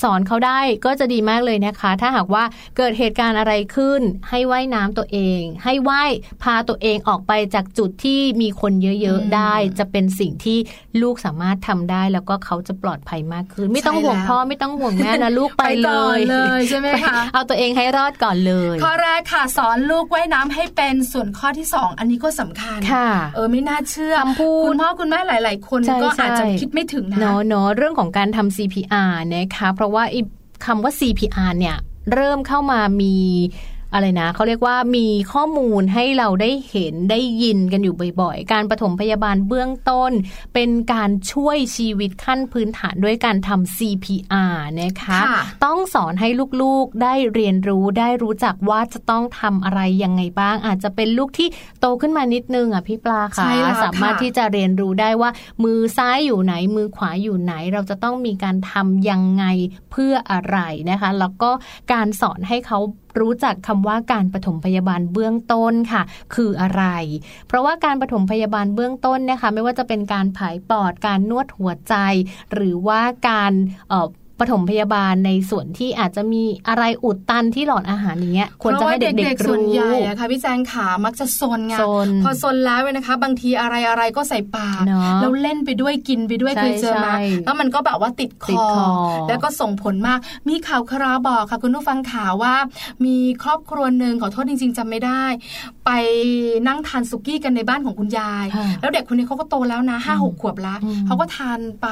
Speaker 3: สอนเขาได้ก็จะดีมากเลย เลยนะคะ ถ้าหากว่าเกิดเหตุการณ์อะไรขึ้น ให้ว่ายน้ำตัวเอง ให้ว่ายพาตัวเองออกไปจากจุดที่มีคนเยอะ
Speaker 4: อืม
Speaker 3: ๆ ได้ จะเป็นสิ่งที่ลูกสามารถทำได้แล้วก็เขาจะปลอดภัยมากขึ้น ไม่ต้อง
Speaker 4: ใช่
Speaker 3: ห่วง
Speaker 4: แล้ว
Speaker 3: พ่อไม่ต้องห่วงแม่นะลูกไป
Speaker 4: ก่อนเลยใช่ไหมคะ
Speaker 3: เอาตัวเองให้รอดก่อนเลย
Speaker 4: ข้อแรกค่ะสอนลูกว่ายน้ำให้เป็นส่วนข้อที่สองอันนี้ก็สำคัญ
Speaker 3: ค่ะ
Speaker 4: เออไม่น่าเชื่อ
Speaker 3: คำพูด
Speaker 4: คุณพ่อคุณแม่หลาย ๆ คน
Speaker 3: ใช่
Speaker 4: ก็
Speaker 3: ใช่
Speaker 4: อาจจะคิดไม่ถึงนะ
Speaker 3: เนาะเนาะเรื่องของการทำ CPR นะคะเพราะว่าไอ้คำว่า CPR เนี่ยเริ่มเข้ามามีอะไรนะเขาเรียกว่ามีข้อมูลให้เราได้เห็นได้ยินกันอยู่บ่อยๆ การปฐมพยาบาลเบื้องต้น เป็นการช่วยชีวิตขั้นพื้นฐานด้วยการทำ CPR นะคะ
Speaker 4: ค่ะ
Speaker 3: ต้องสอนให้ลูกๆได้เรียนรู้ได้รู้จักว่าจะต้องทำอะไรยังไงบ้าง อาจจะเป็นลูกที่โตขึ้นมานิดนึงอ่ะพี่ปลา
Speaker 4: ใช่
Speaker 3: ค่ะ
Speaker 4: แล้วค่ะ
Speaker 3: สามารถที่จะเรียนรู้ได้ว่า มือซ้ายอยู่ไหนมือขวาอยู่ไหน เราจะต้องมีการทำยังไงเพื่ออะไรนะคะ แล้วก็การสอนให้เขารู้จักคำว่าการปฐมพยาบาลเบื้องต้นค่ะ คืออะไร เพราะว่าการปฐมพยาบาลเบื้องต้นนะคะ ไม่ว่าจะเป็นการผายปอดการนวดหัวใจ หรือว่าการเอ่อปฐมพยาบาลในส่วนที่อาจจะมีอะไรอุดตันที่หลอดอาหารอย่างเงี้ยควรจะให้เด็กๆ
Speaker 4: ส่วน
Speaker 3: รู้
Speaker 4: ใหญ่อะค่ะพี่แจงขามักจะซนไง
Speaker 3: ซน
Speaker 4: พอซนแล้วเนี่ยนะคะ บางทีอะไรอะไรก็ใส่ปาก
Speaker 3: เนอะ
Speaker 4: แล้วเล่นไปด้วยกินไปด้วย
Speaker 3: ใช่
Speaker 4: เคยเจอไหมา
Speaker 3: ใช่
Speaker 4: แล้วมันก็แบบว่าติดค
Speaker 3: ติด
Speaker 4: อ
Speaker 3: คอ
Speaker 4: แล้วก็ส่งผลมาก มีข่าวคราวบอกค่ะคุณผู้ฟังข่าวว่า มีครอบครัวหนึ่งขอโทษจริงๆจำไม่ได้ ไปนั่งทานสุกี้กันในบ้านของคุณยาย
Speaker 3: ค่ะ
Speaker 4: แล้วเด็กคนนี้เขาก็โตแล้วนะห้าหกขวบละ
Speaker 3: อืม
Speaker 4: เขาก็ทานไป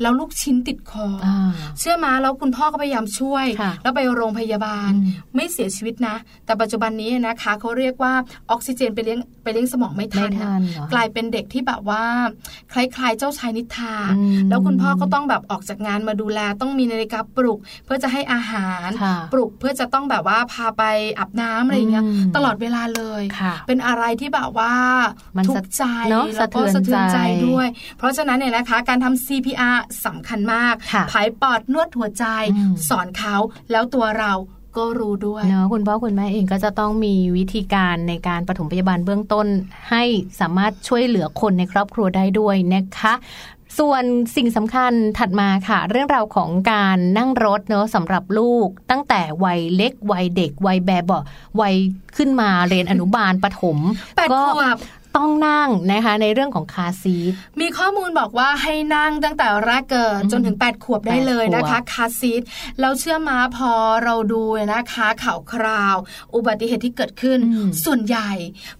Speaker 4: แล้วลูกชิ้นติดคออ
Speaker 3: อ่า
Speaker 4: เชื่อมาแล้วคุณพ่อก็พยายามช่วย
Speaker 3: ค่ะ
Speaker 4: แล้วไปโรงพยาบาล
Speaker 3: อืม
Speaker 4: ไม่เสียชีวิตนะ แต่ปัจจุบันนี้นะคะเขาเรียกว่าออกซิเจนไปเลี้ยงไปเลี้ยงสมองไม่ทัน
Speaker 3: ไม่ทันเหรอ
Speaker 4: อะกลายเป็นเด็กที่แบบว่าคล้ายๆเจ้าชายนิทรา
Speaker 3: อืม
Speaker 4: แล้วคุณพ่อก็ต้องแบบออกจากงานมาดูแล ต้องมีนาฬิกาปลุก เพื่อจะให้อาหาร
Speaker 3: ค่ะ
Speaker 4: ปลุกเพื่อจะต้องแบบว่าพาไปอาบน้ำอะไรอย่างเงี้ย
Speaker 3: อืม
Speaker 4: ตลอดเวลาเลย
Speaker 3: ค่ะ
Speaker 4: เป็นอะไรที่แบบว่าม
Speaker 3: น
Speaker 4: ทุก
Speaker 3: สะ
Speaker 4: ข์ใจ
Speaker 3: เนอะ
Speaker 4: แล้วก็
Speaker 3: สะ
Speaker 4: สะ
Speaker 3: เทื
Speaker 4: เทื
Speaker 3: อ
Speaker 4: อน น
Speaker 3: ใจ
Speaker 4: ใจด้วย เพราะฉะนั้นเนี่ยนะคะ การทำ CPR สำคัญมาก
Speaker 3: ค่ะ
Speaker 4: ผายปอดนวดหัวใจ
Speaker 3: อืม
Speaker 4: สอนเขาแล้วตัวเราก็รู้ด้วย
Speaker 3: เนาะคุณพ่อคุณแม่เองก็จะต้องมีวิธีการในการปฐมพยาบาลเบื้องต้น ให้สามารถช่วยเหลือคนในครอบครัวได้ด้วยนะคะ ส่วนสิ่งสำคัญถัดมาค่ะ เรื่องราวของการนั่งรถเนอะสำหรับลูก ตั้งแต่วัยเล็กวัยเด็กวัยแบบเบาะวัยขึ้นมาเรียนอนุบาล ปฐม
Speaker 4: แปด
Speaker 3: ก็
Speaker 4: ขวบ
Speaker 3: ต้องนั่งนะคะ ในเรื่องของคาร์ซีท
Speaker 4: มีข้อมูลบอกว่าให้นั่งตั้งแต่แรกเกิด
Speaker 3: อืม
Speaker 4: จนถึง 8 ขวบได้เลยนะคะ
Speaker 3: แปดขวบ
Speaker 4: คาร์ซีทเราเชื่อมาพอเราดูนะคะข่าวคราว อุบัติเหตุที่เกิดขึ้น
Speaker 3: อืม
Speaker 4: ส่วนใหญ่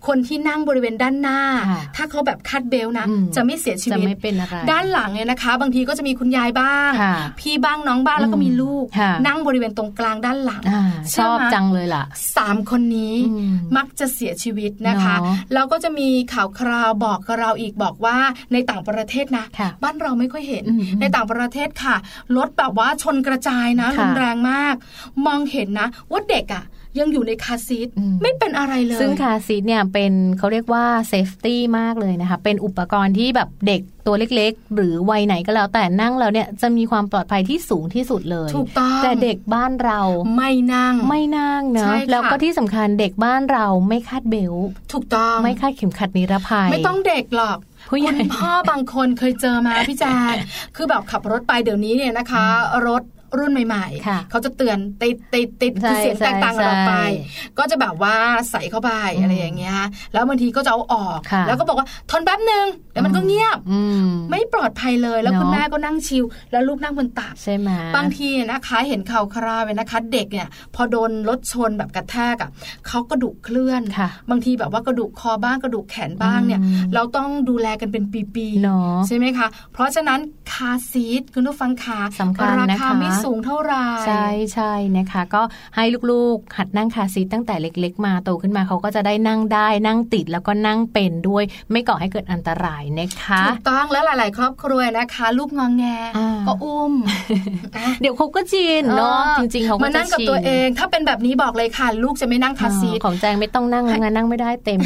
Speaker 4: คนที่นั่งบริเวณด้านหน้า
Speaker 3: ค่ะ
Speaker 4: ถ้าเขาแบบคาดเบลต์นะ
Speaker 3: อืม
Speaker 4: จะไม่เสียชี
Speaker 3: จะ
Speaker 4: วิต
Speaker 3: ไม่เป็นอะไร
Speaker 4: ด้านหลังเนี่ยนะคะ บางทีก็จะมีคุณยายบ้าง
Speaker 3: ค่ะ
Speaker 4: พี่บ้างน้องบ้างแล้วก็มีลูก
Speaker 3: ค่ะ
Speaker 4: นั่งบริเวณตรงกลางด้านหลัง
Speaker 3: อ่า
Speaker 4: เชื่
Speaker 3: ช
Speaker 4: อ
Speaker 3: อบ
Speaker 4: มั้ย
Speaker 3: จังเลยล่ะ
Speaker 4: สามคนนี้
Speaker 3: อืม
Speaker 4: มักจะเสียชีวิตนะคะ
Speaker 3: เนอะ
Speaker 4: แล้วก็จะมีข่าวคราวบอกกับเราอีกบอกว่าในต่างประเทศนะ
Speaker 3: ค่ะ
Speaker 4: บ้านเราไม่ค่อยเห็น
Speaker 3: อืม
Speaker 4: ในต่างประเทศค่ะรถแบบว่าชนกระจายนะ
Speaker 3: ค่ะ
Speaker 4: รุนแรงมาก มองเห็นนะว่าเด็กอะ่ะ ยังอยู่ในคาร์ซีท
Speaker 3: อืม
Speaker 4: ไม่เป็นอะไรเลย
Speaker 3: ซึ่งคาร์ซีทเนี่ยเป็นเขาเรียกว่าเซฟตี้มากเลยนะคะ เป็นอุปกรณ์ที่แบบเด็กตัวเล็กๆ หรือวัยไหนก็แล้วแต่นั่งแล้วเนี่ยจะมีความปลอดภัยที่สูงที่สุดเลย
Speaker 4: ถูกต้อง
Speaker 3: แต่เด็กบ้านเรา
Speaker 4: ไม่นั่ง
Speaker 3: ไม่นั่งนะ
Speaker 4: ใช่ค่ะ
Speaker 3: แล้วก็ที่สำคัญเด็กบ้านเราไม่คาดเบลต์
Speaker 4: ถูกต้อง
Speaker 3: ไม่คาดเข็มขัดนิรภัย
Speaker 4: ไม่ต้องเด็กหรอก
Speaker 3: ผู้ใหญ่
Speaker 4: คุณพ่อบางคนเคยเจอ
Speaker 3: [laughs]
Speaker 4: มา พี่แจนคือแบบขับรถไปเดี๋ยวนี้เนี่ยนะคะ รถรุ่นใหม่
Speaker 3: ค่ะ
Speaker 4: เขาจะเตือนติดติดติด
Speaker 3: ใช่
Speaker 4: คือเสียงแตกต่างกับเราไป
Speaker 3: ใช่
Speaker 4: ก็จะแบบว่าใส่เข้าไป
Speaker 3: อืม
Speaker 4: อะไรอย่างเงี้ยแล้วบางทีก็จะเอาออก
Speaker 3: ค่ะ
Speaker 4: แล้วก็บอกว่าทนแป๊บหนึ่งเดี๋ยวมันก็เงียบ
Speaker 3: อืม
Speaker 4: ไม่ปลอดภัยเลยแล้ว
Speaker 3: เนอะ
Speaker 4: คุณแม่ก็นั่งชิลแล้วลูกนั่งบนตัก
Speaker 3: ใช่ไหม
Speaker 4: บางทีนะคะเห็นข่าวคราวเนี่ยนะคะ เด็กเนี่ย พอโดนรถชนแบบกระแทกอะ่ะเขากระดูกเคลื่อน
Speaker 3: ค่ะ
Speaker 4: บางทีแบบว่ากระดูกคอบ้างกระดูกแขนบ้างเนี่ย
Speaker 3: อืม
Speaker 4: เราต้องดูแลกันเป็นปี
Speaker 3: เนอะ
Speaker 4: ใช่ไหมคะเพราะฉะนั้นคาร์ซีทคุณผู้ฟังคา
Speaker 3: สำคัญ
Speaker 4: รา
Speaker 3: นะ
Speaker 4: คา
Speaker 3: คะ
Speaker 4: ไม่สูงเท่าไหร่
Speaker 3: ใช่ใช่นะคะ ก็ให้ลูกๆ หัดนั่งคาร์ซีทตั้งแต่เล็ก ๆ มาโตขึ้นมาเขาก็จะได้นั่งได้ นั่งติดแล้วก็นั่งเป็นด้วย ไม่ก่อให้เกิดอันตรายนะคะ
Speaker 4: ถูกต้องแล้วหลาย ๆ ครอบครัวนะคะ ลูกงองแง
Speaker 3: อ่า
Speaker 4: ก็อุ้
Speaker 3: [laughs]
Speaker 4: มอ่ะ
Speaker 3: เดี๋ยวเขาก็จีนเนาะจริงๆเขาก็
Speaker 4: มานั่งกับ
Speaker 3: จะชิ
Speaker 4: ตัวเอง ถ้าเป็นแบบนี้บอกเลยค่ะ ลูกจะไม่นั่งคาร์ซีท
Speaker 3: อ่าของแจงไม่ต้องนั่งแล้วไงนั่งไม่ได้เต็ม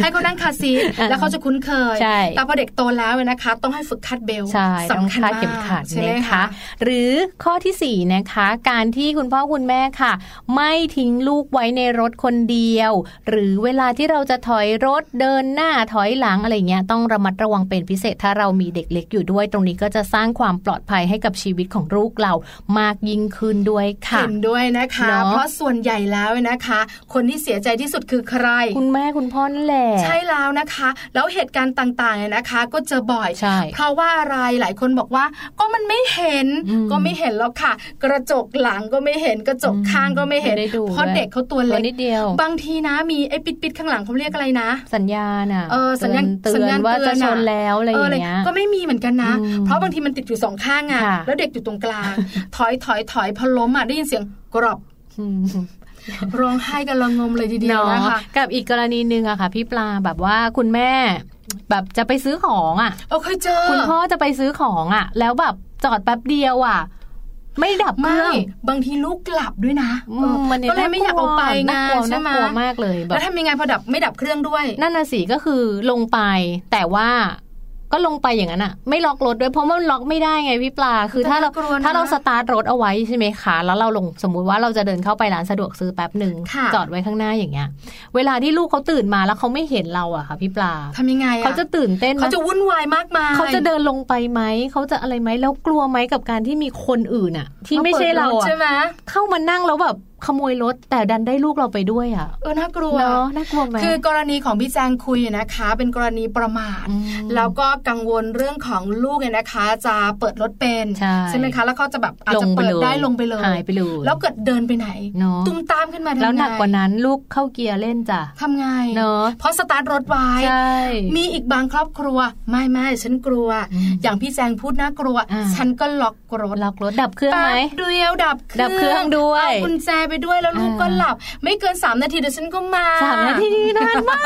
Speaker 4: ให้เขานั่งคาร์ซีท
Speaker 3: อ่า
Speaker 4: แล้วเขาจะคุ้นเคย
Speaker 3: ใช่
Speaker 4: แต่พอเด็กโตแล้วเนี่ยนะคะ ต้องให้ฝึกคัดเบลต์
Speaker 3: ใช่ต้อง
Speaker 4: สำคัญ
Speaker 3: คาด
Speaker 4: มาก
Speaker 3: เข็มขัด
Speaker 4: ใช่ไหม
Speaker 3: นะคะ
Speaker 4: คะ
Speaker 3: หรือ ข้อทีสี่4นะคะ การที่คุณพ่อคุณแม่ค่ะ ไม่ทิ้งลูกไว้ในรถคนเดียว หรือเวลาที่เราจะถอยรถเดินหน้าถอยหลังอะไรเงี้ยต้องระมัดระวังเป็นพิเศษถ้าเรามีเด็กเล็กอยู่ด้วย ตรงนี้ก็จะสร้างความปลอดภัยให้กับชีวิตของลูกเรามากยิ่งขึ้นด้วยค่ะ
Speaker 4: เห็นด้วยนะคะ
Speaker 3: เนอะ
Speaker 4: เพราะส่วนใหญ่แล้วนะคะ คนที่เสียใจที่สุดคือใคร
Speaker 3: คุณแม่คุณพ่อนั่นแหละ
Speaker 4: ใช่แล้วนะคะ แล้วเหตุการณ์ต่างๆเนี่ยนะคะ ก็เจอบ่อย
Speaker 3: ใช่
Speaker 4: เพราะว่าอะไรหลายคนบอกว่า ก็มันไม่เห็น
Speaker 3: อืม
Speaker 4: ก็ไม่เห็นแล้วค่ะ กระจกหลังก็ไม่เห็นกระจก
Speaker 3: อืม
Speaker 4: ข้างก็ไม่เห็น
Speaker 3: ไม่ได้ดู
Speaker 4: เพราะ
Speaker 3: ด้วย
Speaker 4: เด็กเขาตัว
Speaker 3: ตัว
Speaker 4: เล็
Speaker 3: นิ
Speaker 4: ก
Speaker 3: ดเดียว
Speaker 4: บางทีนะมีไอ้ปิดๆข้างหลังเขาเรียกอะไรนะ
Speaker 3: สัญญาณอ่ะ
Speaker 4: เออสัญญาณ
Speaker 3: เตื
Speaker 4: สั
Speaker 3: อ
Speaker 4: ญ
Speaker 3: น
Speaker 4: ญาณ
Speaker 3: ว่า
Speaker 4: เตื
Speaker 3: จะ
Speaker 4: อน
Speaker 3: ช
Speaker 4: อะ
Speaker 3: นแล้วอะไรอย่างเงี้ย
Speaker 4: ก็ไม่มีเหมือนกันนะ
Speaker 3: อืม
Speaker 4: เพราะบางทีมันติดอยู่สองข้างอ่ะ
Speaker 3: ค่ะ
Speaker 4: แล้วเด็กอยู่ตรงกลาง ถอยถอยถอยพอล้มอ่ะได้ยินเสียงกรอบ
Speaker 3: อืม
Speaker 4: ร้องไห้กันระงมเลยทีเดียวนะคะ
Speaker 3: เากับอีกกรณีหนึ่งอะค่ะ พี่ปลาแบบว่าคุณแม่ แบบจะไปซื้อของอะ
Speaker 4: เออเคยเจอ
Speaker 3: คุณพ่อจะไปซื้อของอะแล้วแบบจอดแป๊บเดียวอะไม่ดับเค
Speaker 4: ไม่
Speaker 3: รื่อง
Speaker 4: บางทีลูกหลับด้วยนะ
Speaker 3: อื
Speaker 4: เออ
Speaker 3: มมันนี่
Speaker 4: ก็เลยไม่อยากเอาไปไง
Speaker 3: น่ากลัว
Speaker 4: ใช่
Speaker 3: น่า
Speaker 4: ไหม
Speaker 3: กลัวมากเลยแบ
Speaker 4: แล้
Speaker 3: บ
Speaker 4: วทำยังไงพอดับไม่ดับเครื่องด้วย
Speaker 3: นั่นน่ะสิก็คือลงไป แต่ว่าก็ลงไปอย่างนั้นอะไม่ล็อกรถด้วยเพราะว่ามันล็อกไม่ได้ไงพี่ปลาคือถ้าเรา
Speaker 4: น่ากลัวนะ
Speaker 3: ถ้าเราสตาร์ทรถเอาไว้ใช่ไหมคะแล้วเราลงสมมุติว่าเราจะเดินเข้าไปร้านสะดวกซื้อแป๊บหนึ่ง
Speaker 4: ค่ะ
Speaker 3: จอดไว้ข้างหน้าอย่างเงี้ย เวลาที่ลูกเขาตื่นมาแล้วเขาไม่เห็นเราอะค่ะ พี่ปลา
Speaker 4: ทำยังไงอ
Speaker 3: เขาจะตื่นเต้นไหม
Speaker 4: เขาจะวุ่นวายมากมาย
Speaker 3: เขาจะเดินลงไปไหม เขาจะอะไรไหม แล้วกลัวไหมกับการที่มีคนอื่นอ่ะ ที่ไม่ใช่เรา
Speaker 4: ปิด
Speaker 3: อ่ะ
Speaker 4: ใช่ไหม
Speaker 3: เข้ามานั่งแล้วแบบขโมยรถแต่ดันได้ลูกเราไปด้วยอ่ะ
Speaker 4: เออน่ากลัว
Speaker 3: เนาะน่ากลัวไหม
Speaker 4: คือกรณีของพี่แจงคุยนะคะ เป็นกรณีประมาท
Speaker 3: อืม
Speaker 4: แล้วก็กังวลเรื่องของลูกเนี่ยนะคะ จะเปิดรถเป็น
Speaker 3: ใช่
Speaker 4: ไหมคะ แล้วเขาจะแบบอาจ
Speaker 3: ล
Speaker 4: จะ
Speaker 3: งไป
Speaker 4: เปิด
Speaker 3: เลย
Speaker 4: ได้ลงไปเลย
Speaker 3: หายไปเลย
Speaker 4: แล้วเกิดเดินไปไหน
Speaker 3: เนาะ
Speaker 4: ตุ้มตามขึ้นมาทำไง
Speaker 3: แล้วหนักกว่านั้นลูกเข้าเกียร์เล่นจ้ะ
Speaker 4: ทำไง
Speaker 3: เนาะ
Speaker 4: เพราะสตาร์ทรถไว้
Speaker 3: ใช่
Speaker 4: มีอีกบางครอบครัว ไม่ไม่ฉันกลัว
Speaker 3: อืม
Speaker 4: อย่างพี่แจงพูดน่ากลัว
Speaker 3: อ่า
Speaker 4: ฉันก็ล็อกรถ
Speaker 3: ล็อกรถดับเครื่องไหม
Speaker 4: แป๊บเดียวดับเค
Speaker 3: ดั
Speaker 4: รื่อง
Speaker 3: บเครื่องด้วย
Speaker 4: เอากุญแจไปด้วยแล้วลูก
Speaker 3: อ่า
Speaker 4: ก็หลับ ไม่เกิน 3 นาทีเดี๋ยวฉันก็มา
Speaker 3: สามนาทีนานมา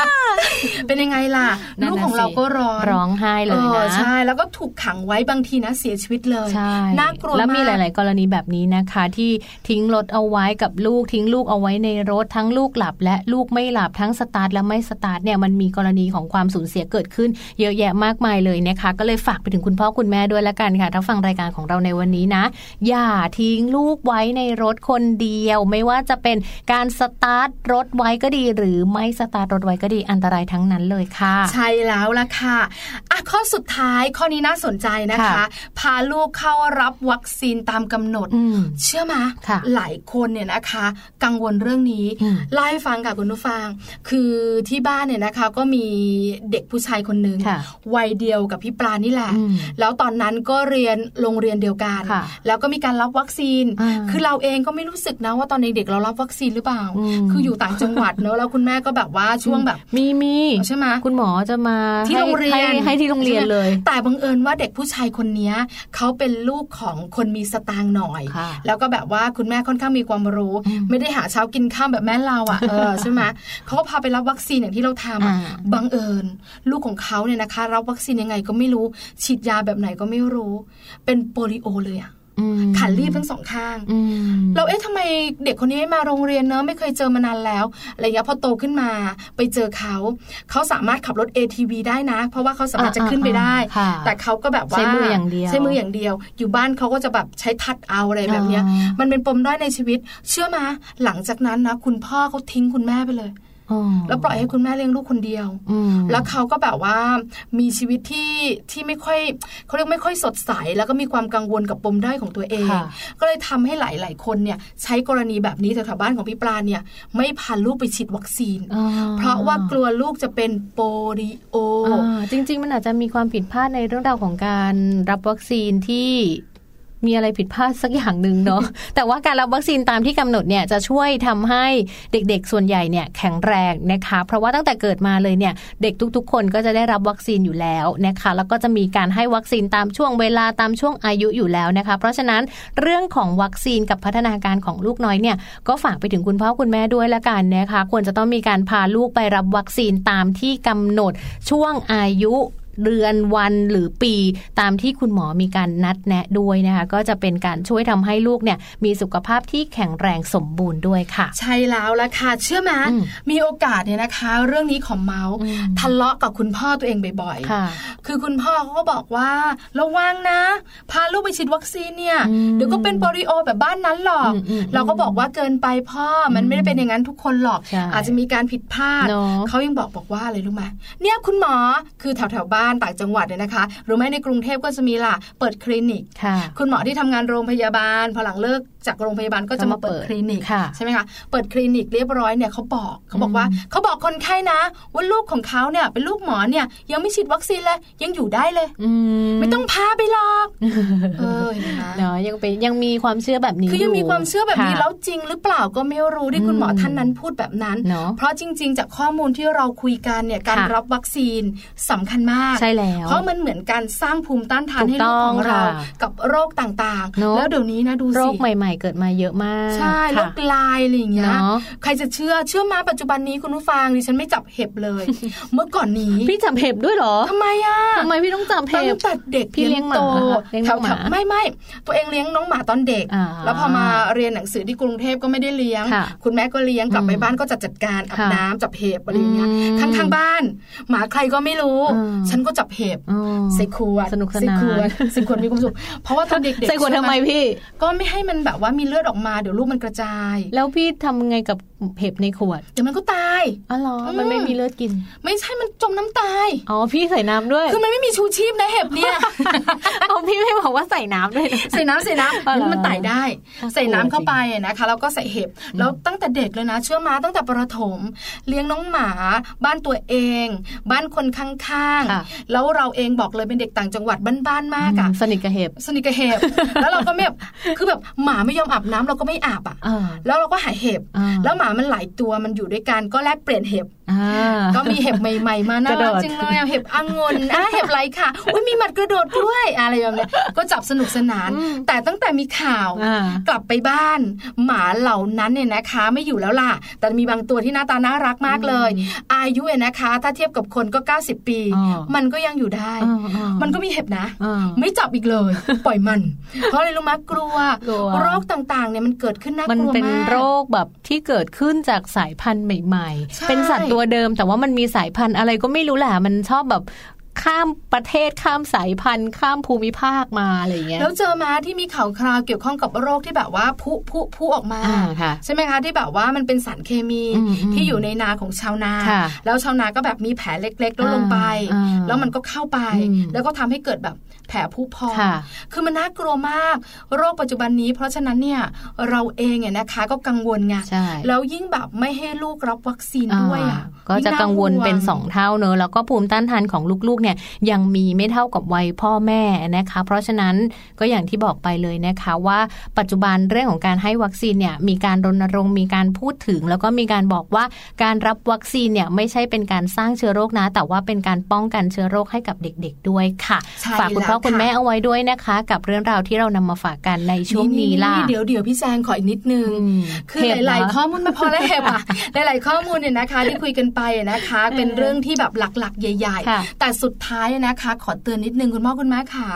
Speaker 3: ก
Speaker 4: [laughs] เป็นยังไงล่ะ
Speaker 3: นั่นน่ะ
Speaker 4: ลูกของ
Speaker 3: สิ
Speaker 4: เราก็ร้อน
Speaker 3: ร้องไห้เลย
Speaker 4: อ
Speaker 3: นะ
Speaker 4: อใช่แล้วก็ถูกขังไว้บางทีนะเสียชีวิตเลย
Speaker 3: ใช่
Speaker 4: น่ากลัว
Speaker 3: แล้วมี
Speaker 4: มาก
Speaker 3: หลาย ๆ กรณีแบบนี้นะคะ ที่ทิ้งรถเอาไว้กับลูกทิ้งลูกเอาไว้ในรถทั้งลูกหลับ และลูกไม่หลับทั้งสตาร์ทและไม่สตาร์ทเนี่ยมันมีกรณีของความสูญเสียเกิดขึ้น เยอะแยะมากมายเลยนะคะ ก็เลยฝากไปถึงคุณพ่อคุณแม่ด้วยละกันค่ะถ้าฟังรายการของเราในวันนี้นะ อย่าทิ้งลูกไว้ในรถคนเดียว ไม่ว่าจะเป็นการสตาร์ทรถไว้ก็ดี หรือไม่สตาร์ทรถไว้ก็ดีอันตรายทั้งนั้นเลยค่ะ
Speaker 4: ใช่แล้วล่ะค่ะอ่ะ ข้อสุดท้ายข้อนี้น่าสนใจนะคะ
Speaker 3: ค่ะ
Speaker 4: พาลูกเข้ารับวัคซีนตามกำหนด
Speaker 3: อืม
Speaker 4: เชื่อไหม
Speaker 3: ค่ะ
Speaker 4: หลายคนเนี่ยนะคะ กังวลเรื่องนี้
Speaker 3: อืม
Speaker 4: เล่าให้ฟังค่ะคุณผู้ฟัง คือที่บ้านเนี่ยนะคะ ก็มีเด็กผู้ชายคนหนึ่ง
Speaker 3: ค่ะ
Speaker 4: วัยเดียวกับพี่ปลานี่แหละ
Speaker 3: อืม
Speaker 4: แล้วตอนนั้นก็เรียนโรงเรียนเดียวกัน
Speaker 3: ค่ะ
Speaker 4: แล้วก็มีการรับวัคซีน
Speaker 3: อ่า
Speaker 4: คือเราเองก็ไม่รู้สึกนะว่าตอนเด็กๆเรารับวัคซีนหรือเปล่า
Speaker 3: อืม
Speaker 4: คืออยู่ต่างจังหวัดเนอะแล้วคุณแม่ก็แบบว่าช่วงแบบ
Speaker 3: มีมี
Speaker 4: ใช่ไหม
Speaker 3: คุณหมอจะมา
Speaker 4: ที่โรงเรียน
Speaker 3: ให้ให้ที่โรงเรียนเลย
Speaker 4: ใช่ไหมแต่บังเอิญว่าเด็กผู้ชายคนเนี้ยเขาเป็นลูกของคนมีสตางค์หน่อย
Speaker 3: ค่ะ
Speaker 4: แล้วก็แบบว่าคุณแม่ค่อนข้างมีความรู้
Speaker 3: อืม
Speaker 4: ไม่ได้หาเช้ากินข้ามแบบแม่เราอ่ะเออใช่
Speaker 3: [laughs]
Speaker 4: ไหมเขาก็พาไปรับวัคซีนอย่างที่เราทำอะ
Speaker 3: อ่า
Speaker 4: บังเอิญ ลูกของเขาเนี่ยนะคะ รับวัคซีนยังไงก็ไม่รู้ ฉีดยาแบบไหนก็ไม่รู้ เป็นโปลิโอเลยอะ
Speaker 3: อืม
Speaker 4: ขันรีบทั้งสองข้าง
Speaker 3: อืม
Speaker 4: เราเอ๊ะทำไมเด็กคนนี้ไม่มาโรงเรียนเนอะไม่เคยเจอมานานแล้วอะไรอย่างเงี้ยพอโตขึ้นมา ไปเจอเขาเขาสามารถขับรถ ATV ได้นะ เพราะว่าเขาสามารถจะขึ้นไปได้
Speaker 3: อ่าอ่าค่ะ
Speaker 4: แต่เขาก็แบบว่า
Speaker 3: ใช้มืออย่างเดียว
Speaker 4: ใช้มืออย่างเดียว อยู่บ้านเขาก็จะแบบใช้ทัดเอาอะไรแบบเนี้ย
Speaker 3: อ๋อ
Speaker 4: มันเป็นปมด้อยในชีวิต เชื่อมาหลังจากนั้นนะคุณพ่อเขาทิ้งคุณแม่ไปเลย
Speaker 3: อ๋อ
Speaker 4: แล้วปล่อยให้คุณแม่เลี้ยงลูกคนเดียว
Speaker 3: อืม
Speaker 4: แล้วเขาก็แบบว่ามีชีวิตที่ที่ไม่ค่อยเขาเรียกไม่ค่อยสดใส แล้วก็มีความกังวลกับปมด้อยของตัวเอง
Speaker 3: ค่ะ
Speaker 4: ก็เลยทำให้หลาย ๆ คนเนี่ยใช้กรณีแบบนี้แถวๆบ้านของพี่ปลาเนี่ย ไม่พาลูกไปฉีดวัคซีน
Speaker 3: อ๋อ
Speaker 4: เพราะว่ากลัวลูกจะเป็นโปลิโอ
Speaker 3: อ่าจริง ๆ มันอาจจะมีความผิดพลาดในเรื่องราวของการรับวัคซีนที่มีอะไรผิดพลาดสักอย่างหนึ่งเนาะ [laughs] แต่ว่าการรับวัคซีนตามที่กำหนดเนี่ยจะช่วยทำให้เด็ก ๆ ส่วนใหญ่เนี่ยแข็งแรงนะคะ เพราะว่าตั้งแต่เกิดมาเลยเนี่ยเด็กทุก ๆ คนก็จะได้รับวัคซีนอยู่แล้วนะคะ แล้วก็จะมีการให้วัคซีนตามช่วงเวลาตามช่วงอายุอยู่แล้วนะคะ เพราะฉะนั้นเรื่องของวัคซีนกับพัฒนาการของลูกน้อยเนี่ย ก็ฝากไปถึงคุณพ่อคุณแม่ด้วยละกันนะคะ ควรจะต้องมีการพาลูกไปรับวัคซีนตามที่กำหนดช่วงอายุ เดือนวันหรือปีตามที่คุณหมอมีการนัดแนะด้วยนะคะก็จะเป็นการช่วยทำให้ลูกเนี่ยมีสุขภาพที่แข็งแรงสมบูรณ์ด้วยค่ะ
Speaker 4: ใช่แล้วละค่ะ เชื่อไหม
Speaker 3: อืม
Speaker 4: มีโอกาสเนี่ยนะคะ เรื่องนี้ของเมาส์
Speaker 3: อืม
Speaker 4: ทะเลาะกับคุณพ่อตัวเองบ่อยๆ
Speaker 3: ค่ะ
Speaker 4: คือคุณพ่อเขาก็บอกว่าระวังนะ พาลูกไปฉีดวัคซีนเนี่ย
Speaker 3: อืม
Speaker 4: เดี๋ยวก็เป็นโปลิโอแบบบ้านนั้นหรอก
Speaker 3: อืมอืม
Speaker 4: เราก็บอกว่าเกินไปพ่อมันไม่ได้เป็นอย่างนั้นทุกคนหรอก
Speaker 3: ใช่
Speaker 4: อาจจะมีการผิดพลาด
Speaker 3: เนอะ
Speaker 4: เขายังบอกบอกว่าอะไรรู้ไหมเนี่ยคุณหมอคือแถวแถวๆบ้านต่างจังหวัดเนี่ยนะคะหรือไม่ในกรุงเทพก็จะมีล่ะเปิดคลินิก
Speaker 3: ค่ะ
Speaker 4: คุณหมอที่ทำงานโรงพยาบาล พอหลังเลิกจากโรงพยาบาลก็จะมาเปิดคลินิก
Speaker 3: ค่ะ
Speaker 4: ใช่ไหมคะเปิดคลินิกเรียบร้อยเนี่ยเขาบอกเขาบอ
Speaker 3: อืม
Speaker 4: กว่าเขาบอกคนไข้นะ ว่าลูกของเขาเนี่ยเป็นลูกหมอเนี่ยยังไม่ฉีดวัคซีนเลยยังอยู่ได้เลย
Speaker 3: อื
Speaker 4: ไม่ต้องพาไปหร
Speaker 3: [laughs]
Speaker 4: อกเออเห็นไหม
Speaker 3: เนาะยังเป็นยังมีความเชื่อแบบนี้
Speaker 4: คือยังมี
Speaker 3: ยู่
Speaker 4: ความเชื่อแบบนี้
Speaker 3: ค่ะ
Speaker 4: แล้วจริงหรือเปล่าก็ไม่รู้ที่คุณหมอท่านนั้นพูดแบบนั้น
Speaker 3: เนอะ
Speaker 4: เพราะจริง ๆ จากข้อมูลที่เราคุยกันเนี่ยการ
Speaker 3: ค่ะ
Speaker 4: รับวัคซีนสำคัญมาก
Speaker 3: ใช่แล้ว
Speaker 4: เพราะมันเหมือนการสร้างภูมิต้านทาน
Speaker 3: ถูก
Speaker 4: ให้ลูกของเรา
Speaker 3: ต้องค่ะ
Speaker 4: กับโรคต่าง
Speaker 3: เน
Speaker 4: ๆ
Speaker 3: อะ
Speaker 4: แล้วเดี๋ยวนี้นะดูสิ
Speaker 3: โรคใหม่ ๆ เกิดมาเยอะมาก
Speaker 4: ใช่โร
Speaker 3: ค่ะ
Speaker 4: คลายอะไรอย่างเงี้ย
Speaker 3: เนอะ
Speaker 4: ใครจะเชื่อเชื่อมาปัจจุบันนี้คุณผู้ฟังดิฉันไม่จับเห็บเลย
Speaker 3: [laughs]
Speaker 4: เมื่อก่อนนี้
Speaker 3: พี่จับเห็บด้วยเหรอ
Speaker 4: ทำไมอ่ะ
Speaker 3: ทำไมพี่ต้องจับเห็บ
Speaker 4: ตั้งแต่เด็ก
Speaker 3: พี่เลี้ยงหมา
Speaker 4: โต
Speaker 3: เลี้ยงน้องหมา
Speaker 4: แถวๆไม่ไม่ตัวเองเลี้ยงน้องหมาตอนเด็ก
Speaker 3: อ่า
Speaker 4: แล้วพอมาเรียนหนังสือที่กรุงเทพก็ไม่ได้เลี้ยง
Speaker 3: ค่ะ
Speaker 4: คุณแม่ก็เลี้ยงกลับไป
Speaker 3: อืม
Speaker 4: บ้านก็จัดจัดการอาบ
Speaker 3: ค่ะ
Speaker 4: น้ำจับเห็บอะไรอย่างเงี้ย
Speaker 3: อืม
Speaker 4: ข้างๆบ้าน หมาใครก็ไม่รู้
Speaker 3: อืม
Speaker 4: ฉันก็จับเห็บ
Speaker 3: อ๋อ
Speaker 4: ใส่ขวด
Speaker 3: สนุกสนาน
Speaker 4: ใส่ขวด [laughs] ใส่ขวดมีความสุขเพราะว่าตอนเด็กๆ
Speaker 3: ใส่ขวดทำไม
Speaker 4: ใช่ห
Speaker 3: พี่
Speaker 4: ก็ไม่ให้มันแบบว่ามีเลือดออกมาเดี๋ยวลูกมันกระจาย
Speaker 3: แล้วพี่ทำไงกับเห็บในขวด
Speaker 4: เดี๋ยวมันก็ตาย
Speaker 3: อ๋อเหรอ
Speaker 4: อืม
Speaker 3: มันไม่มีเลือดกิน
Speaker 4: ไม่ใช่มันจมน้ำตาย
Speaker 3: อ๋อพี่ใส่น้ำด้วย
Speaker 4: คือมันไม่มีชูชีพนะเห็บ
Speaker 3: [laughs]
Speaker 4: เนี่ย
Speaker 3: เอาพี่ไม่บอกว่าใส่น้ำด้วยนะ
Speaker 4: ใส่น้ำใส่น้
Speaker 3: อ๋อเหรอ
Speaker 4: ำมันไต่ได้
Speaker 3: น่ากลัว
Speaker 4: ใส่น้ำเข้าไปอะนะคะแล้วก็ใส่เห็บแล้วตั้งแต่เด็กเลยนะ เชื่อมาตั้งแต่ประถม เลี้ยงน้องหมา บ้านตัวเอง บ้านคนข้าง
Speaker 3: ค่ะ
Speaker 4: ๆแล้วเราเองบอกเลยเป็นเด็กต่างจังหวัดบ้านๆมาก
Speaker 3: อื
Speaker 4: อะ
Speaker 3: มสนิทกับเห็บ
Speaker 4: สนิทกับเห็บ
Speaker 3: [laughs]
Speaker 4: แล้วเราก็ไม่แบบคือแบบหมาไม่ยอมอาบน้ำเราก็ไม่อาบอ่ะ
Speaker 3: อ่า
Speaker 4: แล้วเราก็หาเห็บ
Speaker 3: อ่า
Speaker 4: แล้วหมามันหลายตัวมันอยู่ด้วยกันก็แลกเปลี่ยนเห็บ
Speaker 3: อ่า
Speaker 4: ก็มีเห็บใหม่ๆ มากน่า
Speaker 3: ระโด
Speaker 4: รั
Speaker 3: ด
Speaker 4: กจริงเลยอะเห็บองุ่นอ่ะเห็บไรค่ะ อุ้ยมีหมัดกระโดดด้วยอะไรอย่างเงี้ย ก็จับสนุกสนาน แต่ตั้งแต่มีข่าว
Speaker 3: อ่าก
Speaker 4: ลับไปบ้าน หมาเหล่านั้นเนี่ยนะคะ ไม่อยู่แล้วล่ะ แต่มีบางตัวที่หน้าตาน่ารักมากเลย อายุเนี่ยนะคะ ถ้าเทียบกับคนก็ 90 ปี
Speaker 3: อ๋อ
Speaker 4: มันก็ยังอยู่ได้
Speaker 3: อ่าอ่า
Speaker 4: มันก็มีเห็บนะ
Speaker 3: อ่า
Speaker 4: ไม่จับอีกเลย ปล่อยมัน เพราะอะไรรู้มะกลัว
Speaker 3: กลัว
Speaker 4: โรคต่างๆเนี่ยมันเกิดขึ้นน่าก
Speaker 3: มัน
Speaker 4: ลัว
Speaker 3: เป็น
Speaker 4: มาก
Speaker 3: โรคแบบที่เกิดขึ้นจากสายพันธุ์ใหม่ๆ
Speaker 4: ใช่
Speaker 3: เป็นสัตว์ตัวเดิมแต่ว่ามันมีสายพันธุ์อะไรก็ไม่รู้แหละมันชอบแบบข้ามประเทศข้ามสายพันธุ์ ข้ามภูมิภาคมาอะไรอย่างเงี้ย
Speaker 4: แล้วเจอมาที่มีข่าวคราวเกี่ยวข้องกับโรคที่แบบว่าพุพุพุออกมา
Speaker 3: อ่าค่ะ
Speaker 4: ใช่ไหมคะ ที่แบบว่ามันเป็นสารเคมี
Speaker 3: อืมอืม
Speaker 4: ที่อยู่ในนาของชาวนา
Speaker 3: ค่ะ
Speaker 4: แล้วชาวนาก็แบบมีแผลเล็กๆแล้วลงไป
Speaker 3: อ่าอ่า
Speaker 4: แล้วมันก็เข้าไป
Speaker 3: อืม
Speaker 4: แล้วก็ทำให้เกิดแบบแผลพุพอง
Speaker 3: ค่ะ
Speaker 4: คือมันน่ากลัวมาก โรคปัจจุบันนี้ เพราะฉะนั้นเนี่ยเราเองเนี่ยนะคะ ก็กังวลไง
Speaker 3: ใช่
Speaker 4: แล้วยิ่งแบบไม่ให้ลูกรับวัคซีนด้วย
Speaker 3: อ่
Speaker 4: อ่ะ
Speaker 3: าก็จะกังวลเป็น 2 เท่าเนอะแล้วก็ภูมิต้านทานของลูกๆเนี่ยยังมีไม่เท่ากับวัยพ่อแม่นะคะ เพราะฉะนั้นก็อย่างที่บอกไปเลยนะคะว่าปัจจุบันเรื่องของการให้วัคซีนเนี่ยมีการรณรงค์มีการพูดถึง แล้วก็มีการบอกว่าการรับวัคซีนเนี่ยไม่ใช่เป็นการสร้างเชื้อโรคนะ แต่ว่าเป็นการป้องกันเชื้อโรคให้กับเด็กๆด้วยค่ะ
Speaker 4: ใช่
Speaker 3: ฝากคุณพ่อ
Speaker 4: แล้วะ
Speaker 3: คุณแม่เอาไว้ด้วยนะคะ กับเรื่องราวที่เรานำมาฝากกันในช่วงนี้ล่ะ
Speaker 4: เดี๋ยวเดี๋ยวพี่แจงขออีกนิดนึง
Speaker 3: อืม
Speaker 4: คือหลาย
Speaker 3: เห็บเหรอ
Speaker 4: ๆ ข้อมูลไม่พอแล้วเห็บ
Speaker 3: [laughs]
Speaker 4: อ่ะ หลาย ๆ ข้อมูลเนี่ยนะคะ ที่คุยกันไปอะนะคะ เป็นเรื่องที่แบบหลัก ๆ ใหญ่
Speaker 3: ค่ะ
Speaker 4: ๆ แต่สุดท้ายนะคะ ขอเตือนนิดนึงคุณพ่อคุณแม่ค่ะ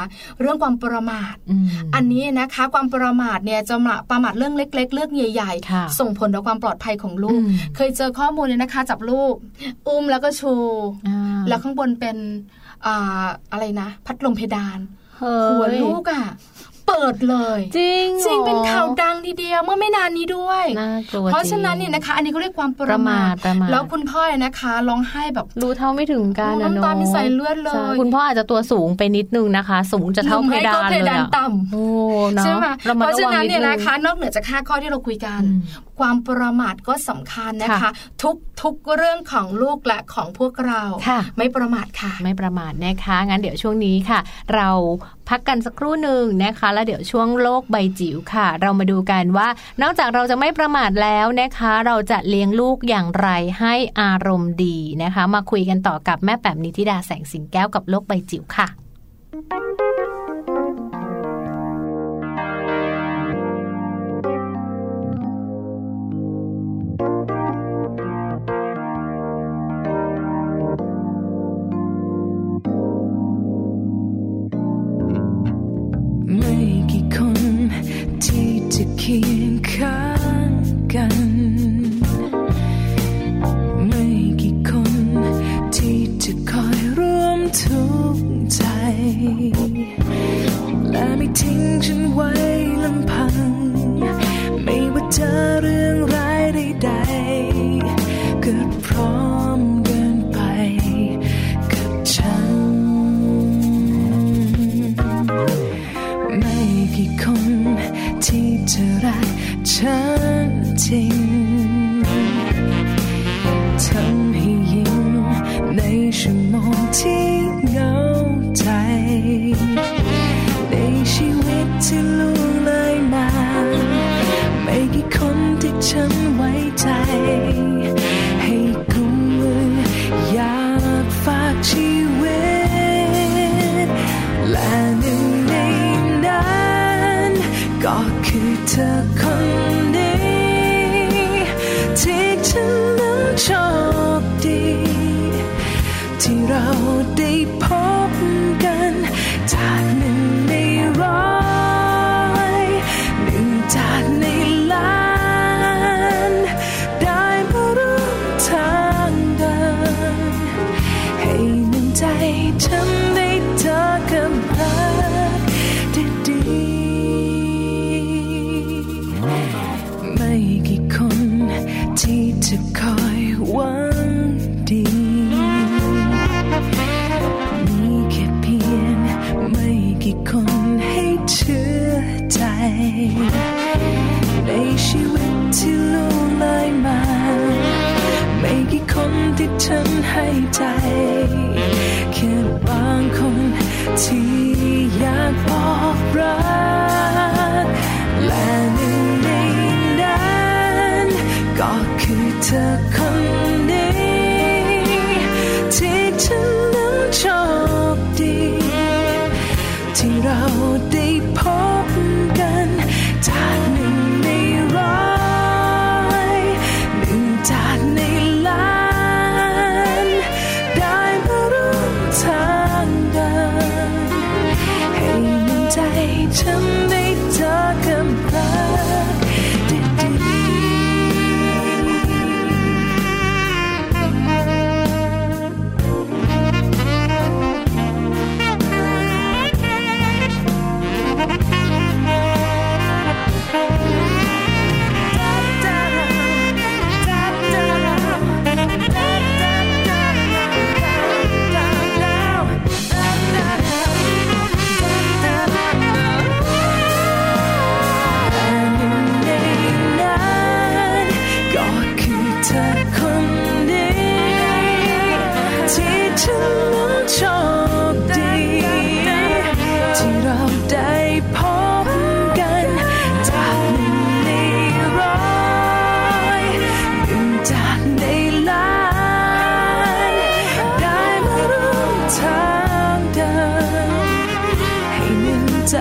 Speaker 4: เรื่องความประมาท
Speaker 3: ม
Speaker 4: อันนี้นะคะความประมาทเนี่ยจะมาประมาทเรื่องเล็ก ๆ เรื่องใหญ่
Speaker 3: ค่ะ
Speaker 4: ๆ ส่งผลต่อความปลอดภัยของลูก
Speaker 3: อืม
Speaker 4: เคยเจอข้อมูลเนี่ยนะคะ จับลูกอุ้มแล้วก็ชู
Speaker 3: อ่า
Speaker 4: แล้วข้างบนเป็นอ่าอะไรนะ พัดลมเพดาน
Speaker 3: เฮ้ย
Speaker 4: หัวลูกอ่ะ เปิดเลย
Speaker 3: จริงหอ
Speaker 4: จริงเป็นข่าวดังทีเดียวเมื่อไม่นานนี้ด้วย
Speaker 3: น่ากลัว
Speaker 4: เพราะ
Speaker 3: จง
Speaker 4: ฉะนั้นเนี่ยนะคะ อันนี้เขาเรียกความป
Speaker 3: ประระ
Speaker 4: มา
Speaker 3: มา
Speaker 4: ท
Speaker 3: ทประมาท
Speaker 4: แล้วคุณพ่อเนี่ยนะคะร้องไห้แบบ
Speaker 3: รู้เท่าไม่ถึงการ
Speaker 4: โอ้
Speaker 3: อะเนอะ
Speaker 4: น้ำตาเป็นสายเลือดเลย
Speaker 3: ใช่คุณพ่ออาจจะตัวสูงไปนิดนึงนะคะ สูงจะเท่าเพดาน
Speaker 4: หรือไม่ก็เพ
Speaker 3: เลย
Speaker 4: ดาน
Speaker 3: อะ
Speaker 4: ต่ำ
Speaker 3: โอ้เนาะ
Speaker 4: ใช่ไหม
Speaker 3: รมัด
Speaker 4: เพราะฉะ
Speaker 3: วัง
Speaker 4: นั้น
Speaker 3: ด
Speaker 4: เนี่ย
Speaker 3: ง
Speaker 4: นะคะ นอกเหนือจากห้าข้อที่เราคุยกัน
Speaker 3: อืม
Speaker 4: ความประมาทก็สำคัญนะคะ
Speaker 3: ค่ะ
Speaker 4: ทุกทุกเรื่องของลูกและของพวกเรา
Speaker 3: ค่ะ
Speaker 4: ไม่ประมาทค่ะ
Speaker 3: ไม่ประมาทนะคะ งั้นเดี๋ยวช่วงนี้ค่ะ เราพักกันสักครู่หนึ่งนะคะ แล้วเดี๋ยวช่วงโลกใบจิ๋วค่ะ เรามาดูกันว่า นอกจากเราจะไม่ประมาทแล้วนะคะ เราจะเลี้ยงลูกอย่างไรให้อารมณ์ดีนะคะ มาคุยกันต่อกับแม่แป๋มนิติดาแสงสิงแก้วกับโลกใบจิ๋วค่ะ
Speaker 4: เ
Speaker 8: ไม่กี่คนที่จะเคียงข้างกัน ไม่กี่คนที่จะคอยร่วมทุกข์ใจ และไม่ทิ้งฉันไว้ลำพัง ไม่ว่าเจอเรื่องร้ายใดๆเกิดพร้อมเดินไปกับฉัน ไม่กี่คนที่จะรักฉันจริงทำให้ยิ้มในชั่วโมงที่เหงาใจ ในชีวิตที่ล่วงเลยมา ไม่กี่คนที่ฉันไว้ใจ ให้กุมมืออยากฝากชีวิต และหนึ่งในนั้นก็คือเธอคนนี้ที่ฉันนั้นโชคดี ที่เราได้พบกัน จากหนึ่งในร้อยหนึ่งจากในล้าน ได้มาร่วมทางเดิน ให้หนึ่งใจฉันได้เธอกับรักที่ดี ไม่กี่คนที่จะคอยหวังดี มีแค่เพียงไม่กี่คนให้เชื่อใจ ในชีวิตที่ล่วงเลยมา ไม่กี่คนที่ฉันให้ใจ แค่บางคนที่อยากบอกรัก และหนึ่งในนั้นก็คือเธอคนนี้ที่ฉันนั้นโชคดี ที่เราได้พบกันจากหนึ่งในร้อยหนึ่งจากในล้าน ได้มาร่วมทางเดิน ให้มันใจฉันได้เจอกับรักดีแต่หนึ่งในนั้นก็คือเธอคนนี้ที่ฉันนั้นโชคดี ที่เราได้พบกันจากหนึ่งในร้อยหนึ่งจากในล้าน ได้มาร่วมทางเดิน ให้หนึ่งใจ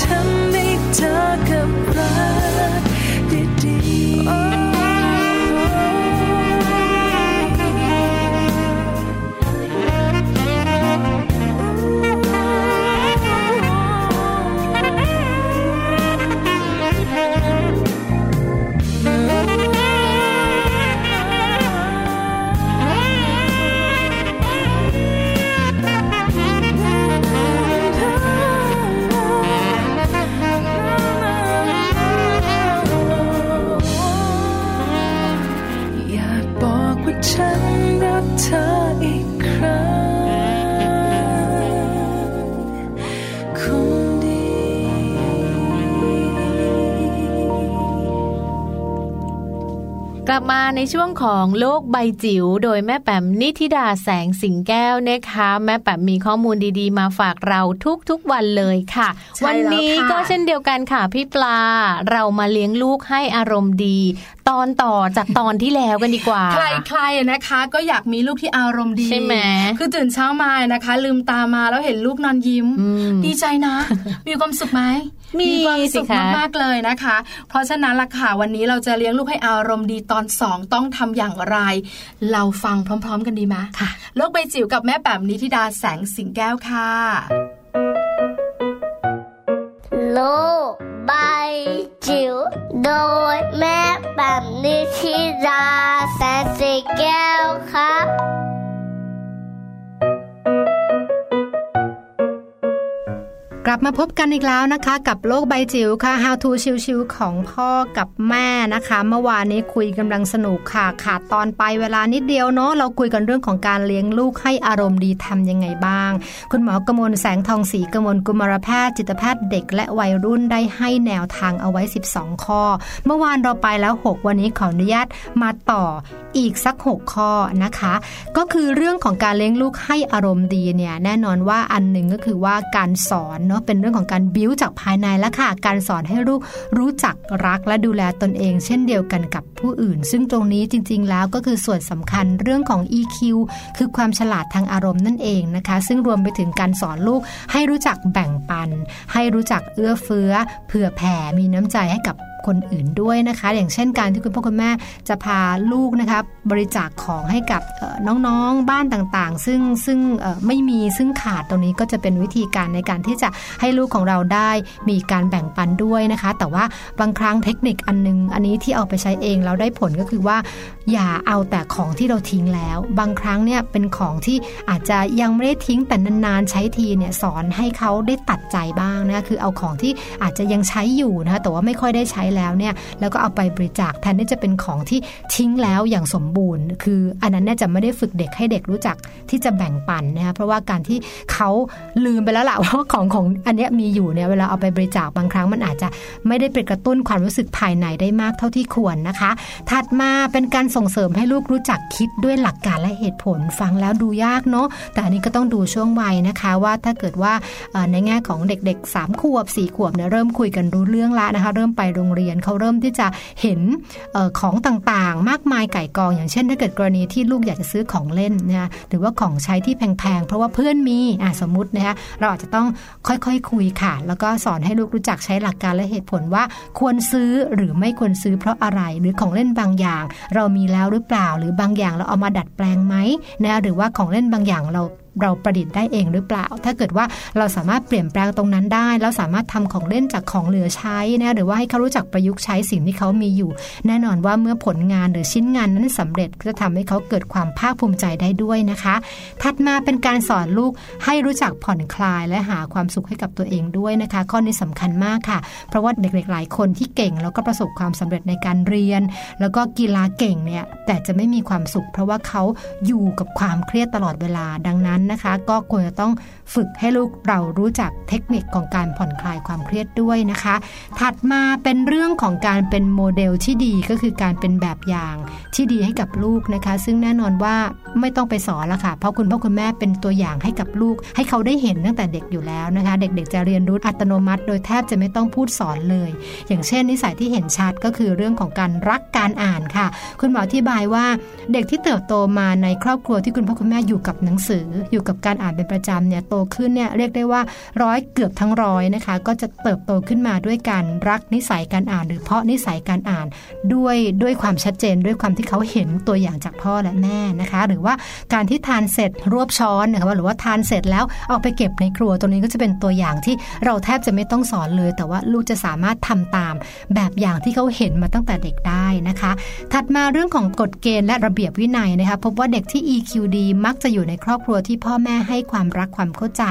Speaker 8: ฉันได้เธอกับรักดีๆ อยากบอกว่าฉันรักเธออีกครั้ง คนดี
Speaker 3: กลับมาในช่วงของโลกใบจิ๋วโดยแม่แปมนิธิดาแสงสิงแก้วนะคะ แม่แปมมีข้อมูลดีๆ มาฝากเราทุกๆวันเลยค่ะ
Speaker 4: ใช่
Speaker 3: วั
Speaker 4: แล้ว
Speaker 3: นี้
Speaker 4: ค่ะ
Speaker 3: ก็เช่นเดียวกันค่ะพี่ปลา เรามาเลี้ยงลูกให้อารมณ์ดี ตอนต่อจากตอนที่แล้วกันดีกว่า
Speaker 4: ใครๆนะคะ ก็อยากมีลูกที่อารมณ์ดี
Speaker 3: ใช่ไหม
Speaker 4: คือตื่นเช้ามานะคะ ลืมตามาแล้วเห็นลูกนอนยิ้ม
Speaker 3: อืม
Speaker 4: ดีใจนะ มีความสุขไหม
Speaker 3: มี
Speaker 4: ความ
Speaker 3: สิ
Speaker 4: สุข
Speaker 3: คะ
Speaker 4: มากๆเลยนะคะ เพราะฉะนั้นล่ะค่ะวันนี้เราจะเลี้ยงลูกให้อารมณ์ดีตอนสองต้องทำอย่างไร เราฟังพร้อม ๆ กันดีไหมค่ะโลกใบจิ๋วกับแม่แป๋มนิธิดาแสงสิงแก้วค่ะ
Speaker 9: บมาพบกันอีกแล้วนะคะ กับโลกใบจิ๋วค่ะ How to ชิวๆของพ่อกับแม่นะคะ เมื่อวานนี้คุยกำลังสนุกค่ะขาดตอนไปเวลานิดเดียวเนาะเราคุยกันเรื่องของการเลี้ยงลูกให้อารมณ์ดีทำยังไงบ้าง คุณหมอกมลแสงทองศรีกมลกุมารแพทย์จิตแพทย์เด็กและวัยรุ่นได้ให้แนวทางเอาไว้ 12 ข้อ เมื่อวานเราไปแล้ว 6 วันนี้ขออนุญาตมาต่ออีกสัก 6 ข้อนะคะ ก็คือเรื่องของการเลี้ยงลูกให้อารมณ์ดีเนี่ยแน่นอนว่าอันหนึ่งก็คือว่าการสอนเนาะเป็นเรื่องของการบิ้วจากภายในและค่ะ การสอนให้ลูกรู้จักรักและดูแลตนเอง เช่นเดียวกันกับผู้อื่น ซึ่งตรงนี้จริง ๆ แล้วก็คือส่วนสำคัญเรื่องของ EQ คือความฉลาดทางอารมณ์นั่นเองนะคะ ซึ่งรวมไปถึงการสอนลูกให้รู้จักแบ่งปัน ให้รู้จักเอื้อเฟื้อ เผื่อแผ่มีน้ำใจให้กับคนอื่นด้วยนะคะ อย่างเช่นการที่คุณพ่อคุณแม่จะพาลูกนะคะบริจาคของให้กับเอ่อน้องๆบ้านต่างๆ ซึ่งซึ่งเอ่อไม่มีซึ่งขาดตรงนี้ก็จะเป็นวิธีการในการที่จะให้ลูกของเราได้มีการแบ่งปันด้วยนะคะ แต่ว่าบางครั้งเทคนิคอันนึง อันนี้ที่เอาไปใช้เองแล้วได้ผลก็คือว่า อย่าเอาแต่ของที่เราทิ้งแล้ว บางครั้งเนี่ยเป็นของที่อาจจะยังไม่ได้ทิ้งแต่นานๆใช้ทีเนี่ยสอนให้เขาได้ตัดใจบ้างนะคะคือเอาของที่อาจจะยังใช้อยู่นะคะแต่ว่าไม่ค่อยได้ใช้แล้วเนี่ยแล้วก็เอาไปบริจาคแทนที่จะเป็นของที่ทิ้งแล้วอย่างสมบูรณ์ คืออันนั้นเนี่ยจะไม่ได้ฝึกเด็กให้เด็กรู้จักที่จะแบ่งปันนะคะเพราะว่าการที่เขาลืมไปแล้วล่ะ [laughs] ว่าของของอันเนี้ยมีอยู่เนี่ยเวลาเอาไปบริจาคบางครั้งมันอาจจะไม่ได้ไปกระตุ้นความรู้สึกภายในได้มากเท่าที่ควรนะคะ ถัดมาเป็นการส่งเสริมให้ลูกรู้จักคิดด้วยหลักการและเหตุผลฟังแล้วดูยากเนาะแต่อันนี้ก็ต้องดูช่วงวัยนะคะว่าถ้าเกิดว่าเอ่อในแง่ของเด็กๆ 3 ขวบ 4 ขวบเนี่ยเริ่มคุยกันรู้เรื่องละนะคะ เริ่มไปโรงเรียนเขาเริ่มที่จะเห็นเออของต่างๆ มากมายไก่กอง อย่างเช่น ถ้าเกิดกรณีที่ลูกอยากจะซื้อของเล่นนะคะหรือว่าของใช้ที่แพงๆเพราะว่าเพื่อนมีอ่ะสมมตินะคะเราอาจจะต้องค่อยๆคุยค่ะ แล้วก็สอนให้ลูกรู้จักใช้หลักการและเหตุผลว่า ควรซื้อหรือไม่ควรซื้อเพราะอะไรหรือของเล่นบางอย่าง เรามีแล้วหรือเปล่า หรือบางอย่างเราเอามาดัดแปลงไหมนะหรือว่าของเล่นบางอย่างเราเราประดิษฐ์ได้เองหรือเปล่า ถ้าเกิดว่าเราสามารถเปลี่ยนแปลงตรงนั้นได้ แล้วสามารถทำของเล่นจากของเหลือใช้นะหรือว่าให้เขารู้จักประยุกต์ใช้สิ่งที่เขามีอยู่ แน่นอนว่าเมื่อผลงานหรือชิ้นงานนั้นสำเร็จก็จะทำให้เขาเกิดความภาคภูมิใจได้ด้วยนะคะ ถัดมาเป็นการสอนลูกให้รู้จักผ่อนคลายและหาความสุขให้กับตัวเองด้วยนะคะ ข้อนี้สำคัญมากค่ะ เพราะว่าเด็กๆหลายคนที่เก่งแล้วก็ประสบความสำเร็จในการเรียน แล้วก็กีฬาเก่งเนี่ยแต่จะไม่มีความสุข เพราะว่าเขาอยู่กับความเครียดตลอดเวลาดังนั้นนะคะ ก็ควรจะต้องฝึกให้ลูกเรารู้จักเทคนิคของการผ่อนคลายความเครียดด้วยนะคะ ถัดมาเป็นเรื่องของการเป็นโมเดลที่ดีก็คือการเป็นแบบอย่างที่ดีให้กับลูกนะคะ ซึ่งแน่นอนว่าไม่ต้องไปสอนละค่ะ เพราะคุณพ่อคุณแม่เป็นตัวอย่างให้กับลูก ให้เขาได้เห็นตั้งแต่เด็กอยู่แล้วนะคะ เด็กๆจะเรียนรู้อัตโนมัติ โดยแทบจะไม่ต้องพูดสอนเลย อย่างเช่น นิสัยที่เห็นชัดก็คือเรื่องของการรักการอ่านค่ะ คุณหมออธิบายว่าเด็กที่เติบโตมาในครอบครัวที่คุณพ่อคุณแม่อยู่กับหนังสือ อยู่กับการอ่านเป็นประจำเนี่ยโตขึ้นเนี่ยเรียกได้ว่าร้อยเกือบทั้งร้อยนะคะ ก็จะเติบโตขึ้นมาด้วยการรักนิสัยการอ่าน หรือเพาะนิสัยการอ่าน ด้วยด้วยความชัดเจนด้วยความที่เขาเห็นตัวอย่างจากพ่อและแม่นะคะ หรือว่าการที่ทานเสร็จรวบช้อนนะคะหรือว่าทานเสร็จแล้วเอาไปเก็บในครัวตรงนี้ก็จะเป็นตัวอย่างที่เราแทบจะไม่ต้องสอนเลย แต่ว่าลูกจะสามารถทำตาม แบบอย่างที่เขาเห็นมาตั้งแต่เด็กได้นะคะ ถัดมาเรื่องของกฎเกณฑ์และระเบียบวินัยนะคะพบว่าเด็กที่ EQ ดีมักจะอยู่ในครอบครัวที่พ่อแม่ให้ความรักความเข้าใจ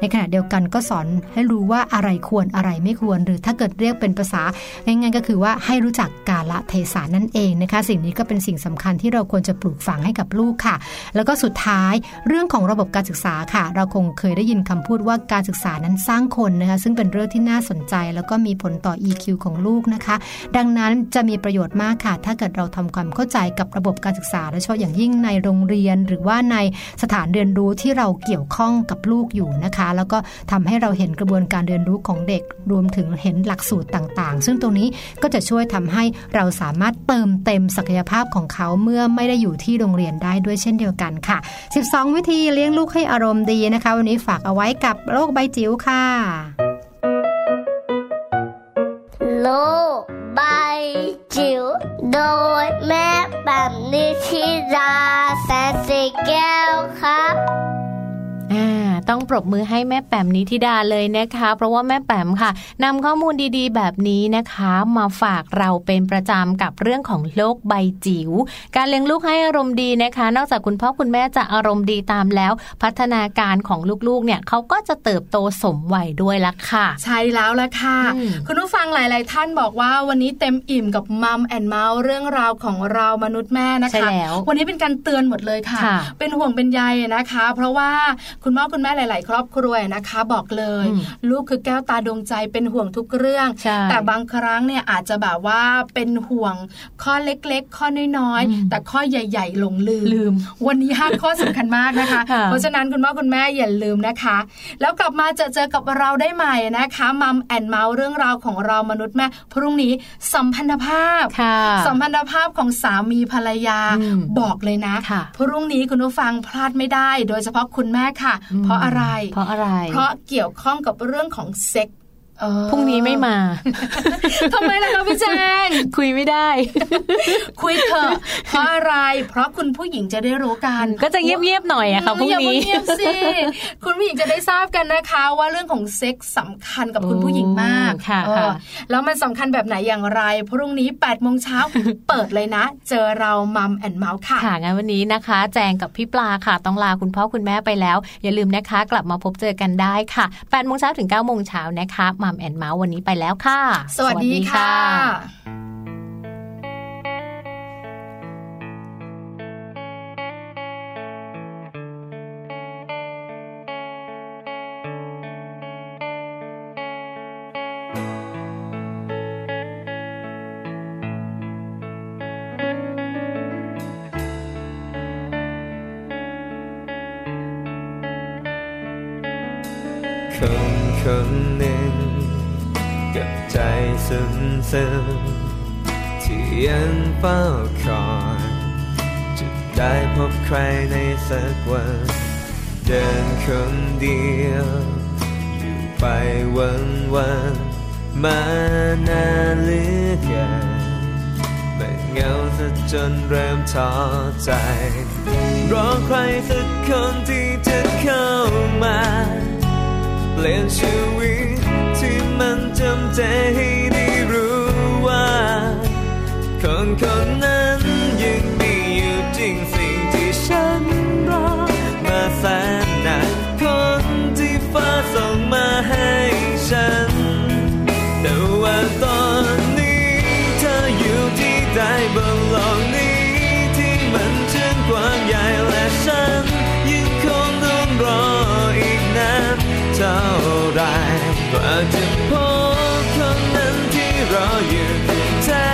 Speaker 9: ในขณะเดียวกันก็สอนให้รู้ว่าอะไรควรอะไรไม่ควร หรือถ้าเกิดเรียกเป็นภาษา ง่ายๆก็คือว่าให้รู้จักกาละเทศะนั่นเองนะคะ สิ่งนี้ก็เป็นสิ่งสำคัญที่เราควรจะปลูกฝังให้กับลูกค่ะ แล้วก็สุดท้ายเรื่องของระบบการศึกษาค่ะ เราคงเคยได้ยินคำพูดว่าการศึกษานั้นสร้างคนนะคะซึ่งเป็นเรื่องที่น่าสนใจ แล้วก็มีผลต่อ EQ ของลูกนะคะ ดังนั้นจะมีประโยชน์มากค่ะ ถ้าเกิดเราทำความเข้าใจกับระบบการศึกษา และเฉพาะอย่างยิ่งในโรงเรียน หรือว่าในสถานเรียนรู้ที่เราเกี่ยวข้องกับลูกอยู่นะคะ แล้วก็ทำให้เราเห็นกระบวนการเรียนรู้ของเด็ก รวมถึงเห็นหลักสูตรต่างๆ ซึ่งตรงนี้ก็จะช่วยทำให้เราสามารถเติมเต็มศักยภาพของเขาเมื่อไม่ได้อยู่ที่โรงเรียนได้ด้วยเช่นเดียวกันค่ะ 12 วิธีเลี้ยงลูกให้อารมณ์ดีนะคะ วันนี้ฝากเอาไว้กับโรคใบจิ๋วค่ะ
Speaker 7: Lô bay chiều đôi mép bằng đi chi ra sẽ xì keo khắp
Speaker 3: อ่าต้อง ปรบมือให้แม่แปมนิธิดาเลยนะคะ เพราะว่าแม่แปมค่ะนำข้อมูลดีๆ แบบนี้นะคะ มาฝากเราเป็นประจำกับเรื่องของโลกใบจิ๋ว การเลี้ยงลูกให้อารมณ์ดีนะคะ นอกจากคุณพ่อคุณแม่จะอารมณ์ดีตามแล้ว พัฒนาการของลูกๆเนี่ยเขาก็จะเติบโตสมวัยด้วยละค่ะ
Speaker 4: ใช่แล้วละค่ะ
Speaker 3: อืม
Speaker 4: คุณผู้ฟังหลาย ๆ ท่านบอกว่าวันนี้เต็มอิ่มกับมัมแอนเมาส์เรื่องราวของเรามนุษย์แม่นะ
Speaker 3: ใช่
Speaker 4: คะ
Speaker 3: แล้ว
Speaker 4: วันนี้เป็นการเตือนหมดเลยค่ะ
Speaker 3: ค่ะ
Speaker 4: เป็นห่วงเป็นใยนะคะ เพราะว่าคุณพ่อคุณแม่หลาย ๆ ครอบครัวนะคะ บอกเลย
Speaker 3: อืม
Speaker 4: ลูกคือแก้วตาดวงใจเป็นห่วงทุกเรื่อง
Speaker 3: ใช่
Speaker 4: แต่บางครั้งเนี่ยอาจจะแบบว่าเป็นห่วงข้อเล็ก ๆ ข้อน้อย
Speaker 3: อืม
Speaker 4: ๆ แต่ข้อใหญ่ ๆ หลงลืม
Speaker 3: ลืม
Speaker 4: วันนี้ [laughs] ห้าข้อสำคัญมากนะคะ
Speaker 3: ค่ะ
Speaker 4: เพราะฉะนั้นคุณพ่อคุณแม่อย่าลืมนะคะ แล้วกลับมาเจะเจอกับเราได้ใหม่นะคะมัมแอนเมาส์เรื่องราวของเรามนุษย์แม่ พรุ่งนี้สัมพันธภาพ
Speaker 3: ค่ะ
Speaker 4: สัมพันธภาพของสามีภรรยา
Speaker 3: อืม
Speaker 4: บอกเลยนะ
Speaker 3: ค่ะ
Speaker 4: พรุ่งนี้คุณผู้ฟังพลาดไม่ได้ โดยเฉพาะคุณแม่ค่ะ เพราะอะไร
Speaker 3: เพราะอะไร
Speaker 4: เพราะเกี่ยวข้องกับเรื่องของเซ็กเออ
Speaker 3: พรุ่งนี้ไม่มา
Speaker 4: [laughs] ทำไมล่ะคะพี่แจง
Speaker 3: คุยไม่ได้
Speaker 4: คุยเถอะเพราะอะไร เพราะคุณผู้หญิงจะได้รู้กัน
Speaker 3: ก็จะเงียบๆหน่อยอะค่ะพรุ่งนี้
Speaker 4: อย่าเงียบ
Speaker 3: [laughs]
Speaker 4: สิคุณผู้หญิงจะได้ทราบกันนะคะ ว่าเรื่องของเซ็กส์สำคัญกับคุณผู้หญิงมาก
Speaker 3: โอ้ค่ะ
Speaker 4: เออ
Speaker 3: ค่ะ
Speaker 4: แล้วมันสำคัญแบบไหนอย่างไร พรุ่งนี้8ปดโมงเช้า เปิดเลยนะ เจอเรามัมแอนเมาส์ค่ะ
Speaker 3: ค่ะงั้นวันนี้นะคะ แจงกับพี่ปลาค่ะ ต้องลาคุณพ่อคุณแม่ไปแล้ว อย่าลืมนะคะ กลับมาพบเจอกันได้ค่ะ8โมงเช้าถึง9โมงเช้านะคะมัมแอนเมาส์วันนี้ไปแล้วค่ะ
Speaker 4: สวัสดีค่ะ
Speaker 10: คำคำหนึ่งกับใจซึมซึมที่ยังเฝ้าคอยจะได้พบใครในสักวันเดินคนเดียว อยู่ไปวันวันมานานเหลือเกินไม่เหงาซะจนเริ่มท้อใจ รอใครสักคนที่จะเข้ามา เปลี่ยนชีวิตที่มันจำใจให้ได้รู้ว่า คนคนนั้นยังมีอยู่จริงสิ่งที่ฉันรอมาแสนนานคนที่ฟ้าส่งมาให้ฉัน แต่ว่าตอนนี้เธออยู่ที่ใดบนโลกนี้ ที่มันเชิงกว้างใหญ่และฉันยังคงต้องรออีกนานเท่าไหรกว่าจะพบคนนั้นที่รออยู่แท้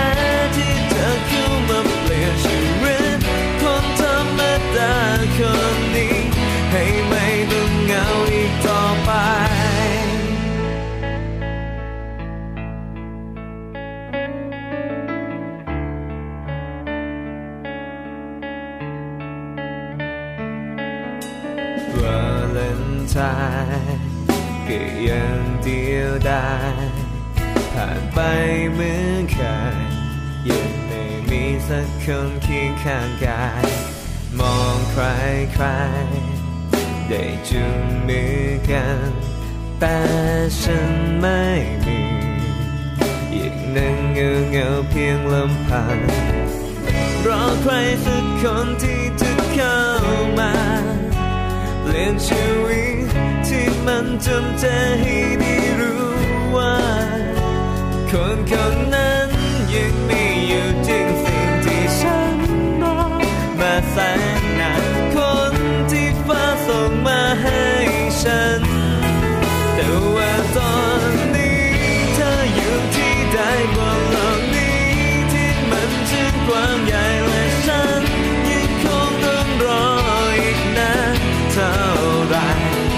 Speaker 10: ที่เธอเข้ามาเปลี่ยนชีวิตคนธรรมดาคนนี้ ให้ไม่ต้องเหงาอีกต่อไป วาเลนไทน์ก็ยังเดียวดายผ่านไปเหมือนเคยยังไม่มีสักคนเคียงข้างกาย มองใครใครๆได้จุงมือกัน แต่ฉันไม่มีอีกนั่งเงาเงาๆเพียงลำพัง รอใครสักคนที่จะเข้ามา เปลี่ยนชีวิตที่มันจำใจให้ได้รู้ว่า คนคนนั้นยังมีอยู่จริงสิ่งที่ฉันรอมาแสนนานคนที่ฟ้าส่งมาให้ฉัน แต่ว่าตอนนี้เธออยู่ที่ใดบนโลกนี้ ที่มันช่างกว้างใหญ่และฉันยังคงต้องรออีกนานเท่าไหร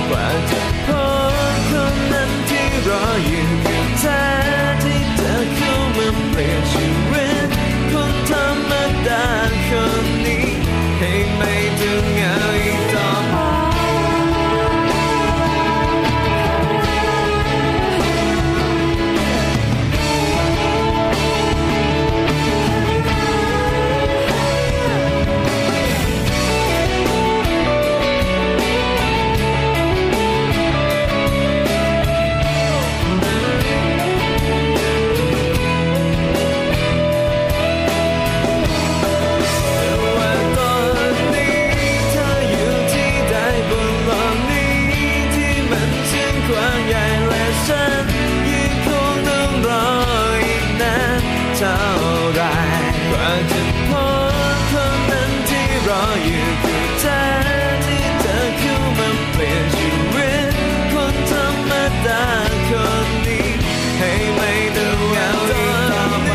Speaker 10: กว่าจะพบคนนั้นที่รออยู่คือเธอที่เธอเข้ามาเปลี่ยนชีวิต ากจะพบคนนั้นที่รออยู่คือเธอที่เธอเข้ามาเปลี่ยนชีวิตคนธรรมดาคนนี้ให้ไม่ต้องเหงาอีกต่อไป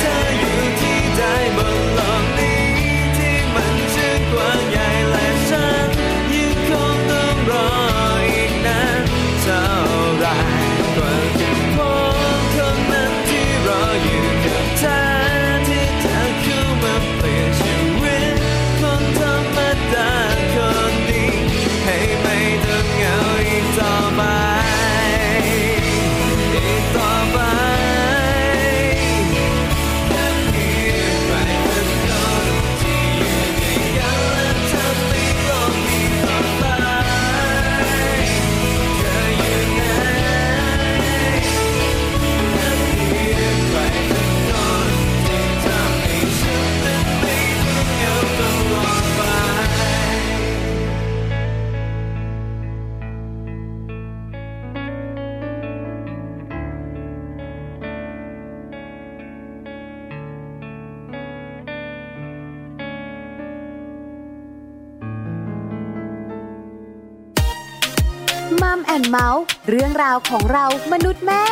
Speaker 10: เธออยู่ที่ใดบนโลกนี้ ที่มันชื่อกว้างใหญ่และฉันยังคงต้องรออีกนานเท่าไหรกว่าจะพบคนนั้นที่รออยู่กับเธอที่เธอเข้ามาเปลี่ยนชีวิตคนธรรมดาคนนี้ให้ไม่ต้องเหงาอีกต่อไป อีกต่อไป
Speaker 7: มัมแอนเมาส์เรื่องราวของเรามนุษย์แม่